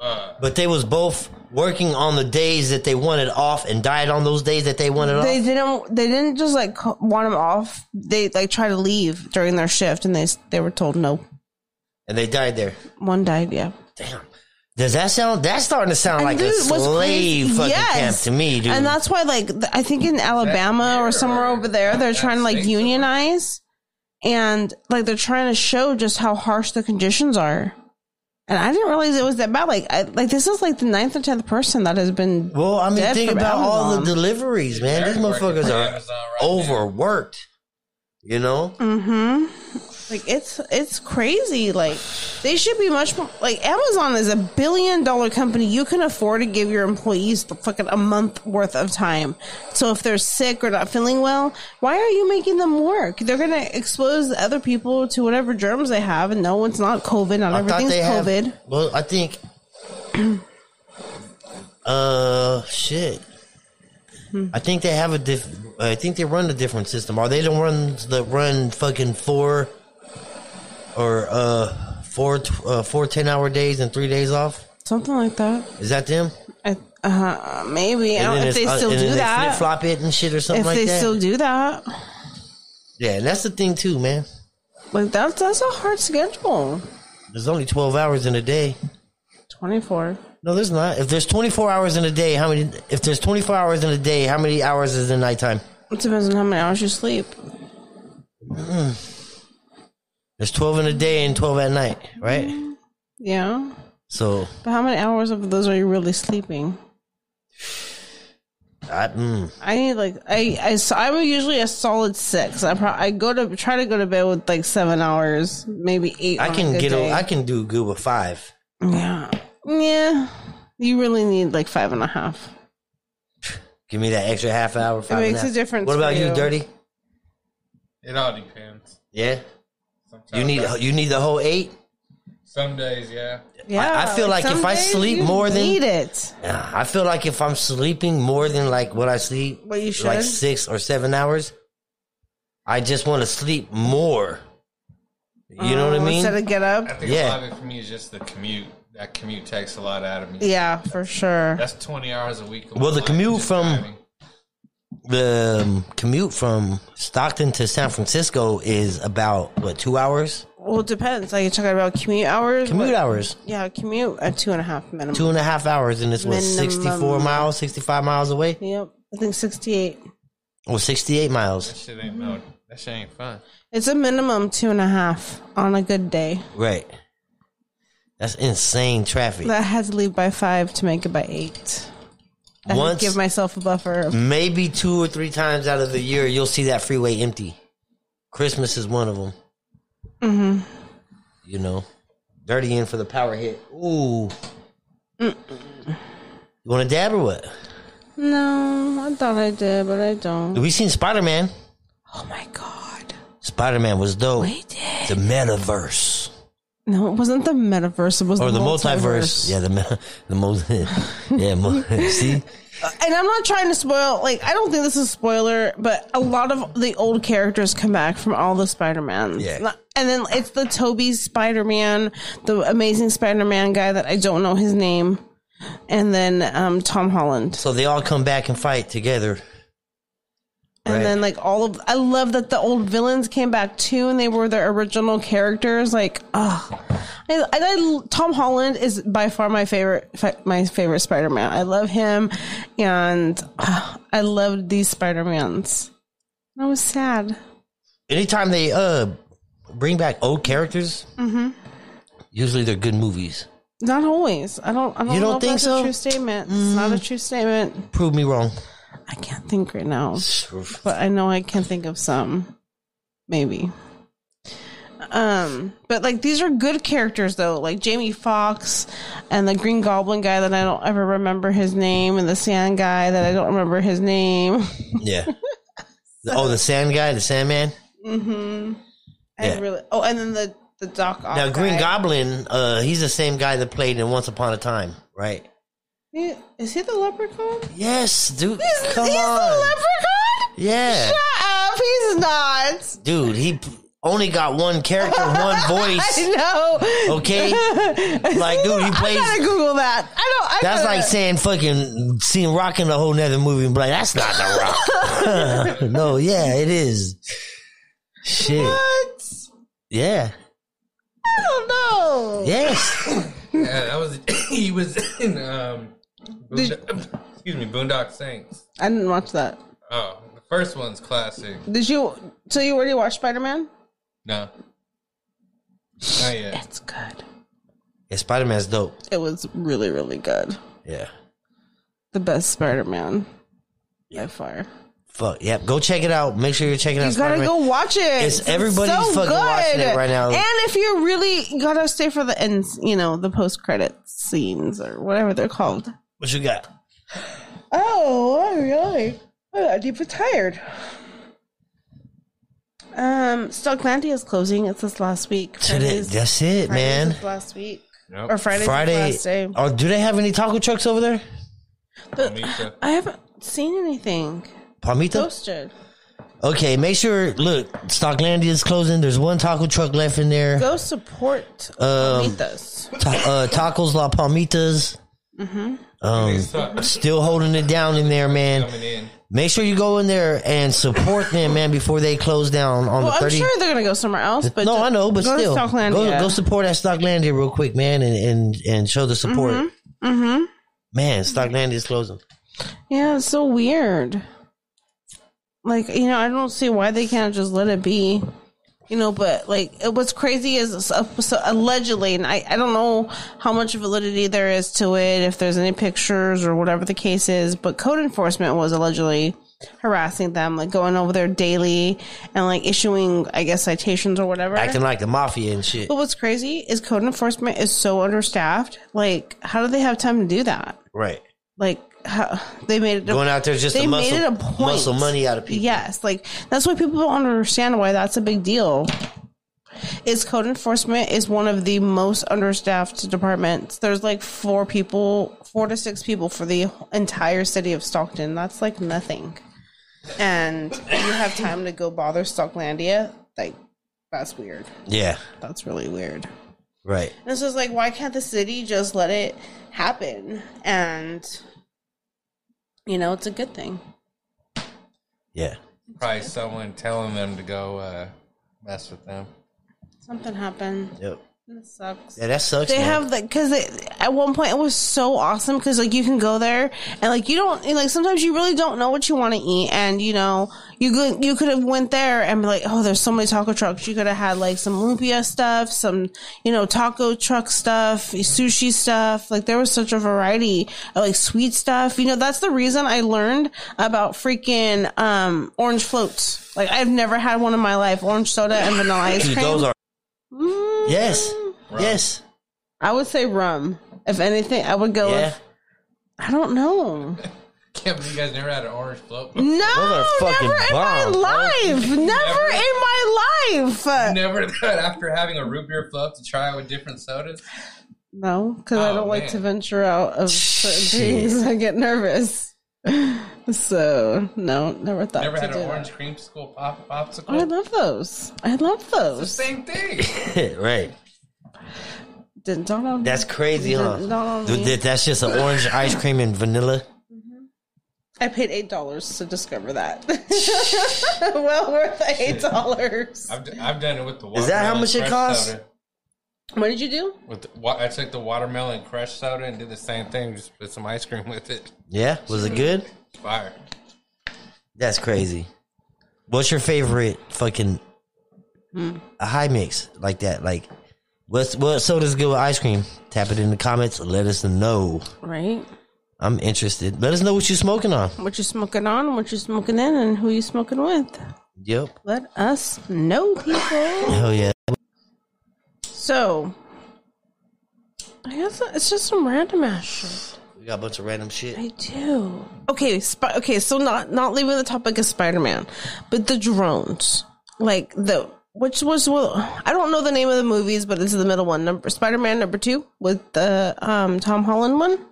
[SPEAKER 3] Uh,
[SPEAKER 1] But they was both working on the days that they wanted off and died on those days that they wanted
[SPEAKER 2] They
[SPEAKER 1] off.
[SPEAKER 2] didn't they didn't just like co- want them off. They like tried to leave during their shift and they s- they were told no.
[SPEAKER 1] And they died there.
[SPEAKER 2] One died, yeah.
[SPEAKER 1] Damn. Does that sound? That's starting to sound
[SPEAKER 2] And
[SPEAKER 1] like a
[SPEAKER 2] dude, what's
[SPEAKER 1] slave
[SPEAKER 2] crazy-
[SPEAKER 1] fucking
[SPEAKER 2] yes.
[SPEAKER 1] camp to me, dude.
[SPEAKER 2] And that's why, like, th- I think in Alabama or
[SPEAKER 3] here
[SPEAKER 2] somewhere
[SPEAKER 3] or
[SPEAKER 2] over there, they're
[SPEAKER 3] that
[SPEAKER 2] trying to like
[SPEAKER 3] state somewhere?
[SPEAKER 2] unionize, and like they're trying to show just how harsh the conditions are. And I didn't realize it was that bad. Like, I, like this is like the ninth or tenth person that has been.
[SPEAKER 1] well, I mean,
[SPEAKER 2] Dead
[SPEAKER 1] think
[SPEAKER 2] from
[SPEAKER 1] about all the
[SPEAKER 2] Amazon.
[SPEAKER 1] deliveries, man. These
[SPEAKER 3] They're working
[SPEAKER 1] motherfuckers
[SPEAKER 3] for
[SPEAKER 1] are
[SPEAKER 3] Amazon right now.
[SPEAKER 1] overworked. You know,
[SPEAKER 2] hmm Like it's it's crazy. Like they should be much more. Like Amazon is a billion dollar company. You can afford to give your employees the fucking a month worth of time. So if they're sick or not feeling well, why are you making them work? They're gonna expose the other people to whatever germs they have, and no, it's not COVID. Not
[SPEAKER 1] I thought
[SPEAKER 2] everything's
[SPEAKER 1] they have.
[SPEAKER 2] COVID.
[SPEAKER 1] Well, I think. uh, shit. I think they have a diff. I think they run a different system. Are they the ones that run fucking four or uh four tw- uh, four ten hour days and three days off?
[SPEAKER 2] Something like that.
[SPEAKER 1] Is that them?
[SPEAKER 2] I, uh, maybe I
[SPEAKER 1] And
[SPEAKER 2] don't,
[SPEAKER 1] then
[SPEAKER 2] if they
[SPEAKER 1] it's- uh,
[SPEAKER 2] still
[SPEAKER 1] and then
[SPEAKER 2] do
[SPEAKER 1] they
[SPEAKER 2] that.
[SPEAKER 1] flip flop it and shit or something
[SPEAKER 2] If
[SPEAKER 1] like
[SPEAKER 2] they
[SPEAKER 1] that.
[SPEAKER 2] still do that,
[SPEAKER 1] yeah, and that's the thing too, man.
[SPEAKER 2] like that's that's a hard schedule.
[SPEAKER 1] There's only twelve hours in a day.
[SPEAKER 2] Twenty four.
[SPEAKER 1] No, there's not. If there's 24 hours in a day, how many? If there's 24 hours in a day, how many hours is in nighttime?
[SPEAKER 2] It depends on how many hours you sleep.
[SPEAKER 1] There's 12 in a day and 12 at night, right?
[SPEAKER 2] Yeah.
[SPEAKER 1] So,
[SPEAKER 2] But how many hours of those are you really sleeping?
[SPEAKER 1] I, mm,
[SPEAKER 2] I need like I I so I'm usually a solid six. I pro- I go to try to go to bed with like seven hours, maybe eight.
[SPEAKER 1] I
[SPEAKER 2] on a
[SPEAKER 1] can
[SPEAKER 2] good
[SPEAKER 1] get,
[SPEAKER 2] day.
[SPEAKER 1] a, I can do good with five.
[SPEAKER 2] yeah, yeah. You really need like five and a half.
[SPEAKER 1] Give me that extra half hour. Five and
[SPEAKER 2] makes a
[SPEAKER 1] half.
[SPEAKER 2] difference
[SPEAKER 1] What about
[SPEAKER 2] for
[SPEAKER 1] you,
[SPEAKER 2] you.
[SPEAKER 1] Dirty?
[SPEAKER 3] it all depends.
[SPEAKER 1] Yeah,
[SPEAKER 3] Sometimes
[SPEAKER 1] you need,
[SPEAKER 3] I-
[SPEAKER 1] you need the whole eight.
[SPEAKER 3] some days, yeah.
[SPEAKER 2] Yeah,
[SPEAKER 1] I feel like if
[SPEAKER 2] some
[SPEAKER 1] I
[SPEAKER 2] days
[SPEAKER 1] sleep
[SPEAKER 2] you
[SPEAKER 1] more than-
[SPEAKER 2] need it.
[SPEAKER 1] Nah, I feel like if I'm sleeping more than like what I sleep,
[SPEAKER 2] What you should.
[SPEAKER 1] like six or seven hours, I just want to sleep more. You know what I
[SPEAKER 2] Um,
[SPEAKER 1] mean?
[SPEAKER 2] Instead of get
[SPEAKER 3] I
[SPEAKER 2] up.
[SPEAKER 3] think
[SPEAKER 1] Yeah.
[SPEAKER 3] a lot of it for me is just the commute. That commute takes a lot out of me.
[SPEAKER 2] Yeah, for sure.
[SPEAKER 3] That's 20 hours a week. of
[SPEAKER 1] Well,
[SPEAKER 3] my
[SPEAKER 1] the
[SPEAKER 3] life
[SPEAKER 1] commute
[SPEAKER 3] just
[SPEAKER 1] from-
[SPEAKER 3] driving.
[SPEAKER 1] the um, commute from Stockton to San Francisco is about what two hours?
[SPEAKER 2] Well, it depends. Like you're talking about commute hours.
[SPEAKER 1] Commute
[SPEAKER 2] but-
[SPEAKER 1] hours.
[SPEAKER 2] Yeah, commute at two and a half minimum.
[SPEAKER 1] Two and a half hours, and it's what,
[SPEAKER 2] Minimum.
[SPEAKER 1] 64 miles, 65 miles away?
[SPEAKER 2] Yep, I think sixty-eight.
[SPEAKER 1] Or 68 miles.
[SPEAKER 3] Shit ain't no. That shit ain't fun.
[SPEAKER 2] It's a minimum two and a half on a good day.
[SPEAKER 1] Right. That's insane traffic.
[SPEAKER 2] That had to leave by five to make it by eight. I had to
[SPEAKER 1] Once-
[SPEAKER 2] give myself a buffer. of-
[SPEAKER 1] Maybe two or three times out of the year, you'll see that freeway empty. Christmas is one of them. Mm-hmm. You know, dirty in for the power hit. Ooh. You want to dab or what?
[SPEAKER 2] No, I thought I did, but I don't.
[SPEAKER 1] We seen Spider Man.
[SPEAKER 2] Oh my god,
[SPEAKER 1] Spider Man was dope.
[SPEAKER 2] we did.
[SPEAKER 1] The metaverse
[SPEAKER 2] No, it wasn't the metaverse. It was
[SPEAKER 1] or
[SPEAKER 2] the,
[SPEAKER 1] the multiverse. Yeah, the me- the multi. yeah, mul- see,
[SPEAKER 2] and I'm not trying to spoil. Like, I don't think this is a spoiler, but a lot of the old characters come back from all the Spider Mans.
[SPEAKER 1] Yeah.
[SPEAKER 2] and then it's the Toby Spider Man, the Amazing Spider Man guy that I don't know his name, and then um, Tom Holland,
[SPEAKER 1] so they all come back and fight together.
[SPEAKER 2] and
[SPEAKER 1] Right.
[SPEAKER 2] then like all of. I love that the old villains came back too, and they were their original characters. Like, ah, I, I, I- Tom Holland is by far my favorite, fa- my favorite Spider Man. I love him, and ah, I loved these Spider Mans. I was sad.
[SPEAKER 1] Anytime they uh bring back old characters,
[SPEAKER 2] Mm-hmm.
[SPEAKER 1] usually they're good movies.
[SPEAKER 2] Not always. I don't. I don't
[SPEAKER 1] You don't
[SPEAKER 2] know if
[SPEAKER 1] think
[SPEAKER 2] that's
[SPEAKER 1] so? Mm.
[SPEAKER 2] a true statement. It's not a true statement.
[SPEAKER 1] Prove me wrong.
[SPEAKER 2] I can't think right now, but I know I can think of some. Maybe. Um, but like these are good characters though, like Jamie Fox and the Green Goblin guy that I don't ever remember his name, and the Sand guy that I don't remember his name.
[SPEAKER 1] Yeah. oh, the sand guy, the Sandman.
[SPEAKER 2] I
[SPEAKER 1] Yeah.
[SPEAKER 2] really. Oh, and then the the Doc Ock.
[SPEAKER 1] Now, Green
[SPEAKER 2] guy.
[SPEAKER 1] Goblin, uh, he's the same guy that played in Once Upon a Time, right?
[SPEAKER 2] He- Is he the leprechaun?
[SPEAKER 1] Yes, dude.
[SPEAKER 2] He's-
[SPEAKER 1] come
[SPEAKER 2] he's the
[SPEAKER 1] on.
[SPEAKER 2] leprechaun.
[SPEAKER 1] Yeah.
[SPEAKER 2] Shut up! He's not.
[SPEAKER 1] Dude, he p- only got one character, one voice.
[SPEAKER 2] I know.
[SPEAKER 1] Okay? Like, dude, he plays.
[SPEAKER 2] I gotta Google that. I don't. I
[SPEAKER 1] That's
[SPEAKER 2] gotta-
[SPEAKER 1] like saying fucking seeing Rock in a whole nother movie and be like, that's not the Rock. no, yeah, it is. Shit.
[SPEAKER 2] what?
[SPEAKER 1] Yeah.
[SPEAKER 2] I don't know.
[SPEAKER 1] Yes.
[SPEAKER 3] Yeah, that was. he was in. Um, Boond- excuse me, Boondock Saints.
[SPEAKER 2] I didn't watch that.
[SPEAKER 3] Oh, the first one's classic.
[SPEAKER 2] Did you? So you already watched Spider Man?
[SPEAKER 3] No, not yet.
[SPEAKER 2] It's good.
[SPEAKER 1] Yeah, Spider Man's dope.
[SPEAKER 2] It was really, really good.
[SPEAKER 1] Yeah.
[SPEAKER 2] The best Spider Man by far.
[SPEAKER 1] Fuck. Yeah. Go check it out. Make sure you're checking out
[SPEAKER 2] You gotta
[SPEAKER 1] Spider-Man.
[SPEAKER 2] go watch it.
[SPEAKER 1] It's- everybody's fucking watching it right now.
[SPEAKER 2] And if you really you gotta stay for the end, you know, the post credit scenes or whatever they're called.
[SPEAKER 1] What you got?
[SPEAKER 2] Oh, I'm really. Oh, I'm deeply tired. Um, Stocklandia is closing. It's this last week.
[SPEAKER 1] Today,
[SPEAKER 2] Fridays-
[SPEAKER 1] that's it,
[SPEAKER 2] Fridays
[SPEAKER 1] man.
[SPEAKER 2] is last week
[SPEAKER 3] Nope.
[SPEAKER 2] or Friday's Friday.
[SPEAKER 1] Friday.
[SPEAKER 2] Last day.
[SPEAKER 1] Oh, do they have any taco trucks over there?
[SPEAKER 3] Palmita.
[SPEAKER 2] I haven't seen anything
[SPEAKER 1] Palmito?
[SPEAKER 2] posted.
[SPEAKER 1] Okay, make sure. Look, Stocklandia is closing. There's one taco truck left in there.
[SPEAKER 2] Go support
[SPEAKER 1] Um,
[SPEAKER 2] Palmitas.
[SPEAKER 1] Ta- uh, tacos La Palmitas.
[SPEAKER 2] Mm-hmm.
[SPEAKER 1] Um, still holding it down in there, man.
[SPEAKER 3] coming in.
[SPEAKER 1] Make sure you go in there and support them, man, before they close down on
[SPEAKER 2] Well,
[SPEAKER 1] the
[SPEAKER 2] I'm
[SPEAKER 1] 30.
[SPEAKER 2] sure they're gonna go somewhere else. But
[SPEAKER 1] no,
[SPEAKER 2] just
[SPEAKER 1] I know, but
[SPEAKER 2] go
[SPEAKER 1] still,
[SPEAKER 2] to Stocklandia.
[SPEAKER 1] go go support that Stocklandia real quick, man, and and, and show the support.
[SPEAKER 2] Mm-hmm.
[SPEAKER 1] Man, Stocklandia is closing.
[SPEAKER 2] yeah, it's so weird. Like you know, I don't see why they can't just let it be. You know, but like it- what's crazy is it's up- so allegedly, and I, I don't know how much validity there is to it, if there's any pictures or whatever the case is, but code enforcement was allegedly harassing them, like going over there daily and like issuing, I guess, citations or whatever.
[SPEAKER 1] Acting like the mafia and shit.
[SPEAKER 2] But what's crazy is code enforcement is so understaffed. Like, how do they have time to do that?
[SPEAKER 1] Right.
[SPEAKER 2] Like, how they made it
[SPEAKER 1] Going out there just
[SPEAKER 2] they
[SPEAKER 1] to muscle,
[SPEAKER 2] made it a point.
[SPEAKER 1] muscle money out of people.
[SPEAKER 2] Yes, like that's why people don't understand why that's a big deal. Is code enforcement is one of the most understaffed departments. There's like four people, four to six people for the entire city of Stockton. That's like nothing. And you have time to go bother Stocklandia? Like, that's weird.
[SPEAKER 1] Yeah.
[SPEAKER 2] That's really weird.
[SPEAKER 1] Right.
[SPEAKER 2] And it's just like, why can't the city just let it happen? And you know, it's a good thing.
[SPEAKER 1] Yeah.
[SPEAKER 3] Probably someone telling them to go uh, mess with them.
[SPEAKER 2] Something happened.
[SPEAKER 1] Yep.
[SPEAKER 2] That sucks.
[SPEAKER 1] Yeah, that sucks.
[SPEAKER 2] They
[SPEAKER 1] man.
[SPEAKER 2] have like because at one point it was so awesome because like you can go there and like you don't and, like sometimes you really don't know what you want to eat and you know you could you could have went there and be like oh there's so many taco trucks you could have had like some lumpia stuff some you know taco truck stuff sushi stuff like there was such a variety of like sweet stuff you know that's the reason I learned about freaking um orange floats like I've never had one in my life orange soda and vanilla ice
[SPEAKER 1] Dude,
[SPEAKER 2] cream
[SPEAKER 1] those are
[SPEAKER 2] Mm.
[SPEAKER 1] yes, yes.
[SPEAKER 2] I would say rum. If anything, I would go
[SPEAKER 1] Yeah.
[SPEAKER 2] with. I don't know.
[SPEAKER 3] Can't believe you guys never had an orange float.
[SPEAKER 2] No,
[SPEAKER 1] are fucking
[SPEAKER 2] never in my
[SPEAKER 1] bomb, bro.
[SPEAKER 2] life. Never in my life.
[SPEAKER 3] Never that after having a root beer float to try out with different sodas.
[SPEAKER 2] No, because I
[SPEAKER 3] Oh,
[SPEAKER 2] don't like
[SPEAKER 3] man.
[SPEAKER 2] to venture out of certain
[SPEAKER 1] Shit.
[SPEAKER 2] things. I get nervous. So no, never thought
[SPEAKER 3] Never
[SPEAKER 2] to
[SPEAKER 3] had
[SPEAKER 2] do
[SPEAKER 3] an
[SPEAKER 2] that.
[SPEAKER 3] orange creamsicle pop popsicle.
[SPEAKER 2] Oh, I love those. I love
[SPEAKER 3] the
[SPEAKER 2] those.
[SPEAKER 3] same thing.
[SPEAKER 1] right.
[SPEAKER 2] Didn't dawn on me.
[SPEAKER 1] That's crazy, huh?
[SPEAKER 2] Didn't dawn on
[SPEAKER 1] Dude,
[SPEAKER 2] me.
[SPEAKER 1] that- that's just an orange ice cream and vanilla.
[SPEAKER 2] I paid eight dollars to discover that. well worth the eight dollars.
[SPEAKER 3] I've, d- I've done it with the watermelon
[SPEAKER 1] Is that how much it
[SPEAKER 3] crush
[SPEAKER 1] costs?
[SPEAKER 3] soda.
[SPEAKER 2] What did you do?
[SPEAKER 3] With the, wa- I took the watermelon crush soda and did the same thing. Just put some ice cream with it.
[SPEAKER 1] Yeah, was it good?
[SPEAKER 3] Fire.
[SPEAKER 1] That's crazy. What's your favorite fucking
[SPEAKER 2] Hmm.
[SPEAKER 1] a high mix like that? Like, what's what soda's good with ice cream? Tap it in the comments. Let us know.
[SPEAKER 2] Right.
[SPEAKER 1] I'm interested. Let us know what you're smoking on.
[SPEAKER 2] what you smoking on, what you smoking in, and who you smoking with.
[SPEAKER 1] Yep.
[SPEAKER 2] Let us know, people.
[SPEAKER 1] Hell yeah.
[SPEAKER 2] So, I guess it's just some random ass shit.
[SPEAKER 1] We got a bunch of random shit.
[SPEAKER 2] I do. Okay, sp- okay. So not not leaving the topic of Spider Man, but the drones, like the which was well, I don't know the name of the movies, but it's the middle one, number Spider Man number two with the um Tom Holland one.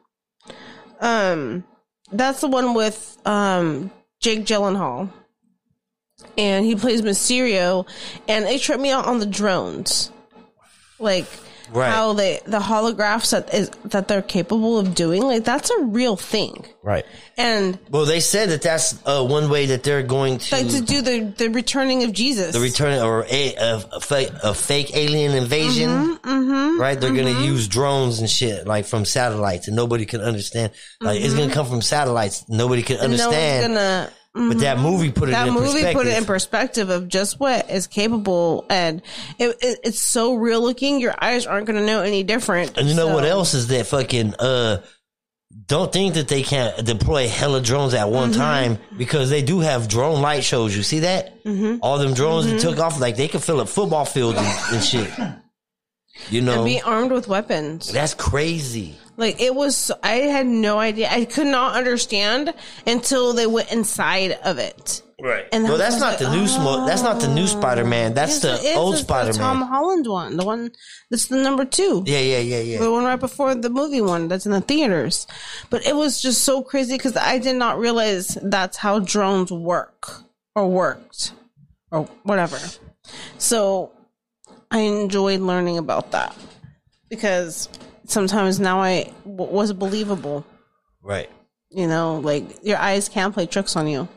[SPEAKER 2] Um, that's the one with um Jake Gyllenhaal. and he plays Mysterio, and they tripped me out on the drones, like
[SPEAKER 1] Right.
[SPEAKER 2] how they the holographs that is that they're capable of doing. Like that's a real thing,
[SPEAKER 1] Right.
[SPEAKER 2] and
[SPEAKER 1] Well, they said that that's uh, one way that they're going to
[SPEAKER 2] like to do the the returning of Jesus.
[SPEAKER 1] Mm. the return or a, a, a, fake, a fake alien invasion,
[SPEAKER 2] Mm-hmm,
[SPEAKER 1] right? They're gonna use drones and shit like from satellites, and nobody can understand. Like it's gonna come from satellites, nobody can
[SPEAKER 2] Mm-hmm. no one's
[SPEAKER 1] understand.
[SPEAKER 2] gonna. mm-hmm.
[SPEAKER 1] but that movie put it
[SPEAKER 2] that
[SPEAKER 1] in
[SPEAKER 2] movie
[SPEAKER 1] perspective.
[SPEAKER 2] put it in perspective of just what is capable, and it, it, it's so real looking. Your eyes aren't going to know any different.
[SPEAKER 1] and you know what
[SPEAKER 2] So-
[SPEAKER 1] else is that fucking uh. Don't think that they can't deploy hella drones at
[SPEAKER 2] Mm-hmm.
[SPEAKER 1] one time because they do have drone light shows. You see that?
[SPEAKER 2] Mm-hmm.
[SPEAKER 1] All them drones that took off, like they could fill up football fields and, and shit. You know,
[SPEAKER 2] Be armed with weapons.
[SPEAKER 1] that's crazy.
[SPEAKER 2] Like it was, I had no idea. I could not understand until they went inside of it.
[SPEAKER 1] Right.
[SPEAKER 2] And
[SPEAKER 1] well,
[SPEAKER 2] I
[SPEAKER 1] that's
[SPEAKER 2] was
[SPEAKER 1] not
[SPEAKER 2] like,
[SPEAKER 1] the new smo- That's not the new Spider Man. That's
[SPEAKER 2] Yes, it
[SPEAKER 1] the
[SPEAKER 2] is.
[SPEAKER 1] old
[SPEAKER 2] It's the
[SPEAKER 1] Spider
[SPEAKER 2] Tom
[SPEAKER 1] Man.
[SPEAKER 2] Holland one, the one that's the number two,
[SPEAKER 1] Yeah, yeah, yeah, yeah.
[SPEAKER 2] the one right before the movie one that's in the theaters. But it was just so crazy because I did not realize that's how drones work or worked or whatever. So I enjoyed learning about that because sometimes now I w- was believable.
[SPEAKER 1] right.
[SPEAKER 2] you know, like your eyes can play tricks on you.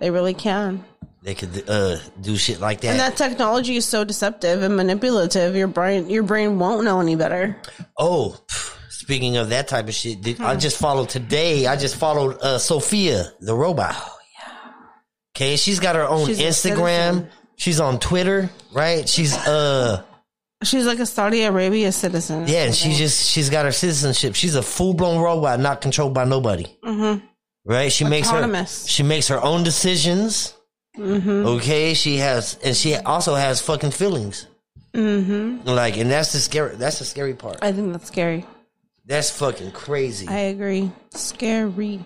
[SPEAKER 2] They really can.
[SPEAKER 1] They could uh, do shit like that.
[SPEAKER 2] And that technology is so deceptive and manipulative. Your brain, your brain won't know any better.
[SPEAKER 1] oh, pff, speaking of that type of shit, did, I just followed today. I just followed uh, Sophia the robot. Okay, she's got her own
[SPEAKER 2] Oh, She's a
[SPEAKER 1] Instagram.
[SPEAKER 2] citizen.
[SPEAKER 1] She's on Twitter, right? She's uh
[SPEAKER 2] She's like a Saudi Arabia citizen.
[SPEAKER 1] yeah, and she just she's got her citizenship. She's a full blown robot, not controlled by nobody. Mm-hmm. Right? She makes her
[SPEAKER 2] Autonomous. Mm-hmm.
[SPEAKER 1] she makes her own decisions. Okay, she has, and she also has fucking feelings. Mm-hmm. Like, and that's the scary. That's the scary part.
[SPEAKER 2] I think that's scary.
[SPEAKER 1] That's fucking crazy.
[SPEAKER 2] I agree. Scary.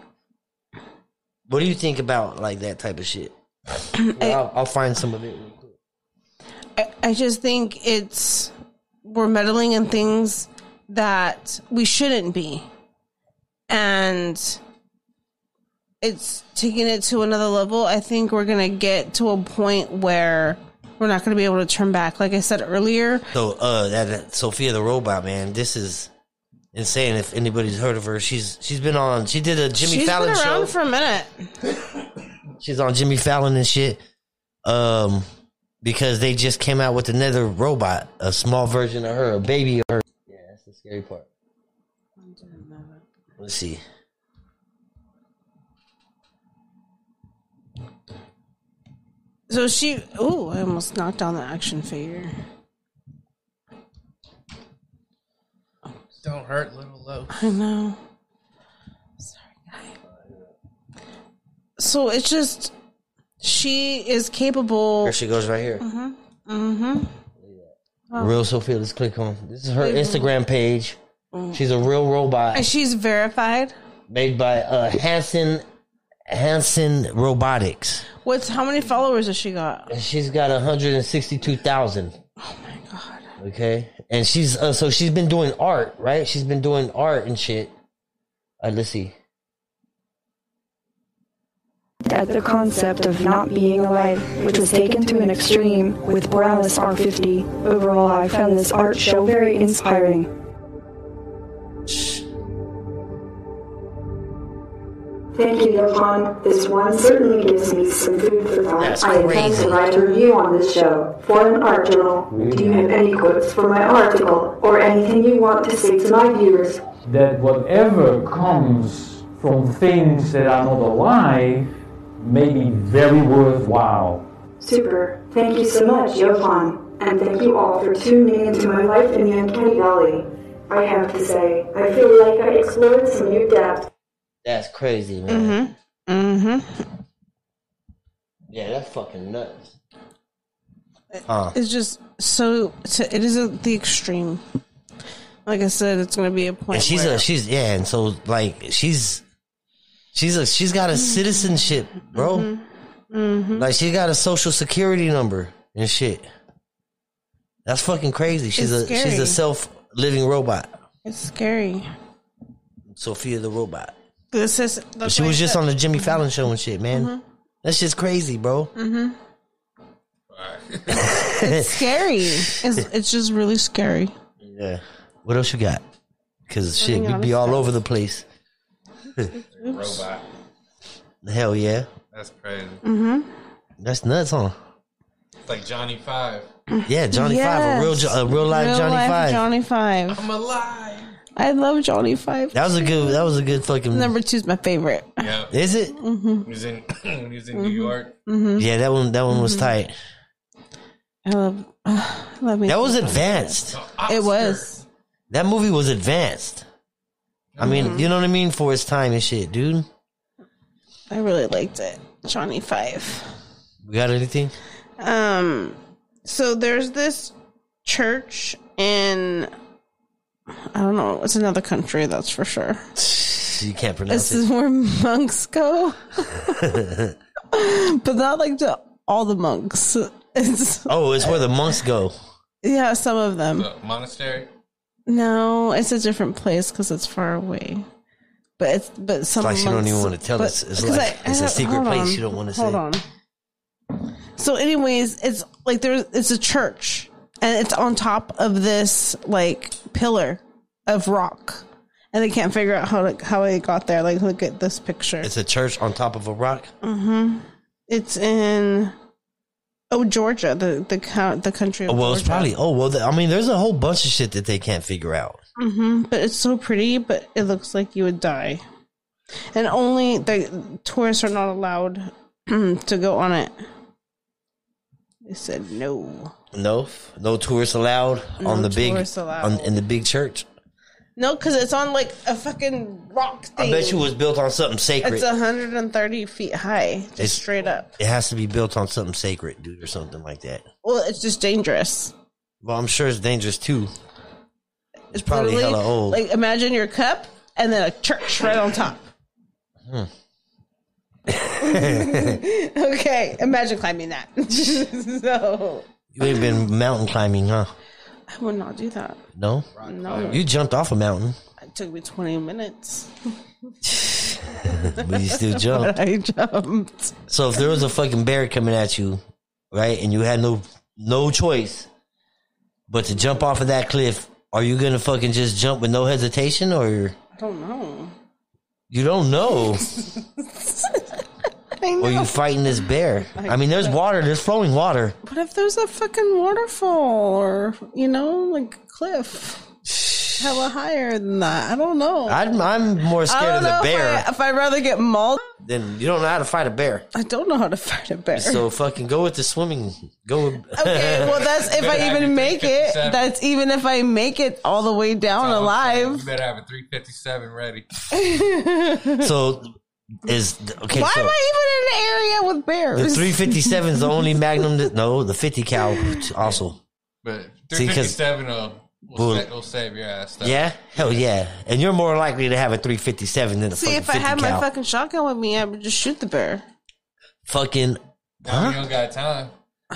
[SPEAKER 1] what do you think about like that type of shit? Well, I'll, I'll find some of it. real quick.
[SPEAKER 2] I, I just think it's we're meddling in things that we shouldn't be, and it's taking it to another level. I think we're gonna get to a point where we're not gonna be able to turn back. Like I said earlier,
[SPEAKER 1] So, uh, that, that Sophia the robot, man, this is insane. If anybody's heard of her, she's she's been on. She did a Jimmy
[SPEAKER 2] she's been
[SPEAKER 1] Fallon
[SPEAKER 2] around
[SPEAKER 1] show.
[SPEAKER 2] for a minute.
[SPEAKER 1] She's on Jimmy Fallon and shit. Um, because they just came out with another robot, a small version of her, a baby of her. Yeah, that's the scary part. Let's see.
[SPEAKER 2] So she. Oh, I almost knocked down the action figure.
[SPEAKER 3] Don't hurt, little low.
[SPEAKER 2] I know. Sorry, guy. So it's just she is capable.
[SPEAKER 1] Here she goes right here. Mm-hmm. Mm-hmm.
[SPEAKER 2] Oh.
[SPEAKER 1] Real Sophia, let's click on. This is her Instagram page. She's a real
[SPEAKER 2] Mm. and
[SPEAKER 1] robot
[SPEAKER 2] She's verified.
[SPEAKER 1] made by uh, Hanson Hanson Robotics.
[SPEAKER 2] What's how many followers has she got?
[SPEAKER 1] And she's got 162,000.
[SPEAKER 2] Oh my god.
[SPEAKER 1] Okay, and she's uh, so she's been doing art, right? She's been doing art and shit. Uh, let's see.
[SPEAKER 4] at the concept of not being alive, which was taken to an extreme with Borealis R50. Overall, I found this art show very inspiring. Thank you, Yohan. This one certainly gives me some food for thought.
[SPEAKER 1] That's
[SPEAKER 4] I intend
[SPEAKER 1] crazy.
[SPEAKER 4] to write a review on this show for an art journal. Do you have any quotes for my article or anything you want to say to my viewers?
[SPEAKER 5] that whatever comes from things that are not alive may be very worthwhile.
[SPEAKER 4] Super. Thank you so much, Johan. And thank you all for tuning into my life in the Uncanny Valley. I have to say, I feel like I explored some new depths.
[SPEAKER 1] That's crazy, man.
[SPEAKER 2] Mm-hmm.
[SPEAKER 1] Yeah, that's fucking nuts. Huh.
[SPEAKER 2] It's just so, so it is at the extreme. Like I said, it's gonna be a point.
[SPEAKER 1] And she's
[SPEAKER 2] where-
[SPEAKER 1] a she's yeah, and so like she's she's a she's got a citizenship, bro.
[SPEAKER 2] Mm-hmm.
[SPEAKER 1] Like she got a social security number and shit. That's fucking crazy. She's
[SPEAKER 2] It's
[SPEAKER 1] a she's
[SPEAKER 2] scary.
[SPEAKER 1] a self living robot.
[SPEAKER 2] it's scary.
[SPEAKER 1] Sophia the robot.
[SPEAKER 2] This is that's
[SPEAKER 1] She
[SPEAKER 2] why
[SPEAKER 1] was
[SPEAKER 2] I
[SPEAKER 1] just
[SPEAKER 2] said- Mm-hmm.
[SPEAKER 1] on the Jimmy Fallon show and shit, man. That's just crazy, bro.
[SPEAKER 2] it's scary. It's it's just really scary.
[SPEAKER 1] Yeah. What else you got? Because shit,
[SPEAKER 2] Working
[SPEAKER 1] we'd
[SPEAKER 2] on
[SPEAKER 1] be
[SPEAKER 2] a
[SPEAKER 1] all
[SPEAKER 2] spec.
[SPEAKER 1] over the place.
[SPEAKER 3] Robot.
[SPEAKER 1] Hell yeah,
[SPEAKER 3] That's crazy.
[SPEAKER 2] Mm.
[SPEAKER 1] that's nuts, huh?
[SPEAKER 3] It's like Johnny Five.
[SPEAKER 1] Yeah, Johnny Five, a real,
[SPEAKER 2] Yes.
[SPEAKER 1] Jo- a real life
[SPEAKER 2] Real
[SPEAKER 1] Johnny
[SPEAKER 2] life
[SPEAKER 1] Five.
[SPEAKER 2] Johnny Five.
[SPEAKER 3] I'm alive.
[SPEAKER 2] I love Johnny Five.
[SPEAKER 1] That was a good. That was a good fucking.
[SPEAKER 2] Number two's my favorite.
[SPEAKER 3] Yeah.
[SPEAKER 1] Is it?
[SPEAKER 2] Mm-hmm.
[SPEAKER 3] He was in when he was in New York.
[SPEAKER 2] Mm.
[SPEAKER 1] Yeah, that one. That one was
[SPEAKER 2] Mm-hmm.
[SPEAKER 1] tight.
[SPEAKER 2] I love. Uh, I love me.
[SPEAKER 1] That was advanced.
[SPEAKER 3] Oh,
[SPEAKER 2] it was.
[SPEAKER 1] That movie was advanced. I
[SPEAKER 2] Mm-hmm.
[SPEAKER 1] mean, you know what I mean for its time and shit, dude.
[SPEAKER 2] I really liked it. Johnny Five.
[SPEAKER 1] We got anything?
[SPEAKER 2] Um, so there's this church in I don't know, it's another country, that's for sure.
[SPEAKER 1] You can't
[SPEAKER 2] This
[SPEAKER 1] pronounce it.
[SPEAKER 2] is where monks go, but not like to all the monks. It's
[SPEAKER 1] Oh, it's where the monks go.
[SPEAKER 2] yeah, some of them.
[SPEAKER 3] The monastery.
[SPEAKER 2] No, it's a different place because it's far away. But it's but some
[SPEAKER 1] like she don't
[SPEAKER 2] monks-
[SPEAKER 1] even wanna tell
[SPEAKER 2] but-
[SPEAKER 1] us. It's
[SPEAKER 2] 'cause
[SPEAKER 1] like- it's a
[SPEAKER 2] have-
[SPEAKER 1] secret
[SPEAKER 2] hold
[SPEAKER 1] place
[SPEAKER 2] on,
[SPEAKER 1] you don't wanna
[SPEAKER 2] Hold
[SPEAKER 1] say.
[SPEAKER 2] on. So, anyways, it's like there's it's a church and it's on top of this like pillar of rock, and they can't figure out how to, how it got there. Like, look at this picture.
[SPEAKER 1] It's a church on top of a rock.
[SPEAKER 2] It's in oh Georgia, the the count the country. Of
[SPEAKER 1] Oh, well, it's
[SPEAKER 2] Georgia.
[SPEAKER 1] probably. Oh, well. I mean, there's a whole bunch of shit that they can't figure out.
[SPEAKER 2] Mhm, but it's so pretty, but it looks like you would die. And only the tourists are not allowed to go on it. They said no.
[SPEAKER 1] No, no tourists allowed on the big
[SPEAKER 2] tourists allowed.
[SPEAKER 1] on, in the big church.
[SPEAKER 2] No, because it's on like a fucking rock
[SPEAKER 1] I
[SPEAKER 2] thing.
[SPEAKER 1] bet you it was built on something sacred.
[SPEAKER 2] it's 130 feet high, just
[SPEAKER 1] It's-
[SPEAKER 2] straight up.
[SPEAKER 1] it has to be built on something sacred, dude, or something like that.
[SPEAKER 2] Well, it's just dangerous.
[SPEAKER 1] Well, I'm sure it's dangerous too.
[SPEAKER 2] It's
[SPEAKER 1] probably
[SPEAKER 2] literally,
[SPEAKER 1] hella old.
[SPEAKER 2] Like imagine your cup and then a church right on top.
[SPEAKER 1] Hmm.
[SPEAKER 2] okay, imagine climbing that. so
[SPEAKER 1] You ain't been mountain climbing, huh?
[SPEAKER 2] I would not do that.
[SPEAKER 1] No,
[SPEAKER 2] No,
[SPEAKER 1] you jumped off a mountain,
[SPEAKER 2] it took me 20 minutes.
[SPEAKER 1] but you still jumped.
[SPEAKER 2] I jumped.
[SPEAKER 1] So if there was a fucking bear coming at you, right, and you had no no choice but to jump off of that cliff, are you gonna fucking just jump with no hesitation, or
[SPEAKER 2] I don't know.
[SPEAKER 1] you don't know?
[SPEAKER 2] I know.
[SPEAKER 1] Or you fighting this bear? I mean, there's water, there's flowing water.
[SPEAKER 2] what if there's a fucking waterfall or you know like a cliff hella higher than that i don't know i,
[SPEAKER 1] I'm, I'm more scared
[SPEAKER 2] don't
[SPEAKER 1] of the
[SPEAKER 2] know if,
[SPEAKER 1] bear
[SPEAKER 2] I, if i'd rather get mauled
[SPEAKER 1] than you don't know how to fight a bear.
[SPEAKER 2] i don't know how to fight a bear
[SPEAKER 1] So fucking go with the swimming. Go. With,
[SPEAKER 2] okay well that's if i
[SPEAKER 3] Better have
[SPEAKER 2] even
[SPEAKER 3] your
[SPEAKER 2] make it
[SPEAKER 3] 357.
[SPEAKER 2] that's even if i make it all the way down alive
[SPEAKER 3] You better have a 357 ready.
[SPEAKER 1] so is okay.
[SPEAKER 2] why
[SPEAKER 1] so
[SPEAKER 2] am i even in an area with
[SPEAKER 1] the
[SPEAKER 2] bears
[SPEAKER 1] 357 is the only Magnum that no, the 50 cal also.
[SPEAKER 3] But
[SPEAKER 1] See, 'cause-
[SPEAKER 3] 357 will, will,
[SPEAKER 1] Well-
[SPEAKER 3] sa- will save your ass. Though.
[SPEAKER 1] Yeah, hell yeah. And you're more likely to have a 357 than a
[SPEAKER 2] see
[SPEAKER 1] fucking
[SPEAKER 2] if i
[SPEAKER 1] 50
[SPEAKER 2] had my
[SPEAKER 1] cal.
[SPEAKER 2] fucking shotgun with me i would just shoot the bear
[SPEAKER 1] fucking
[SPEAKER 3] Now You don't got time.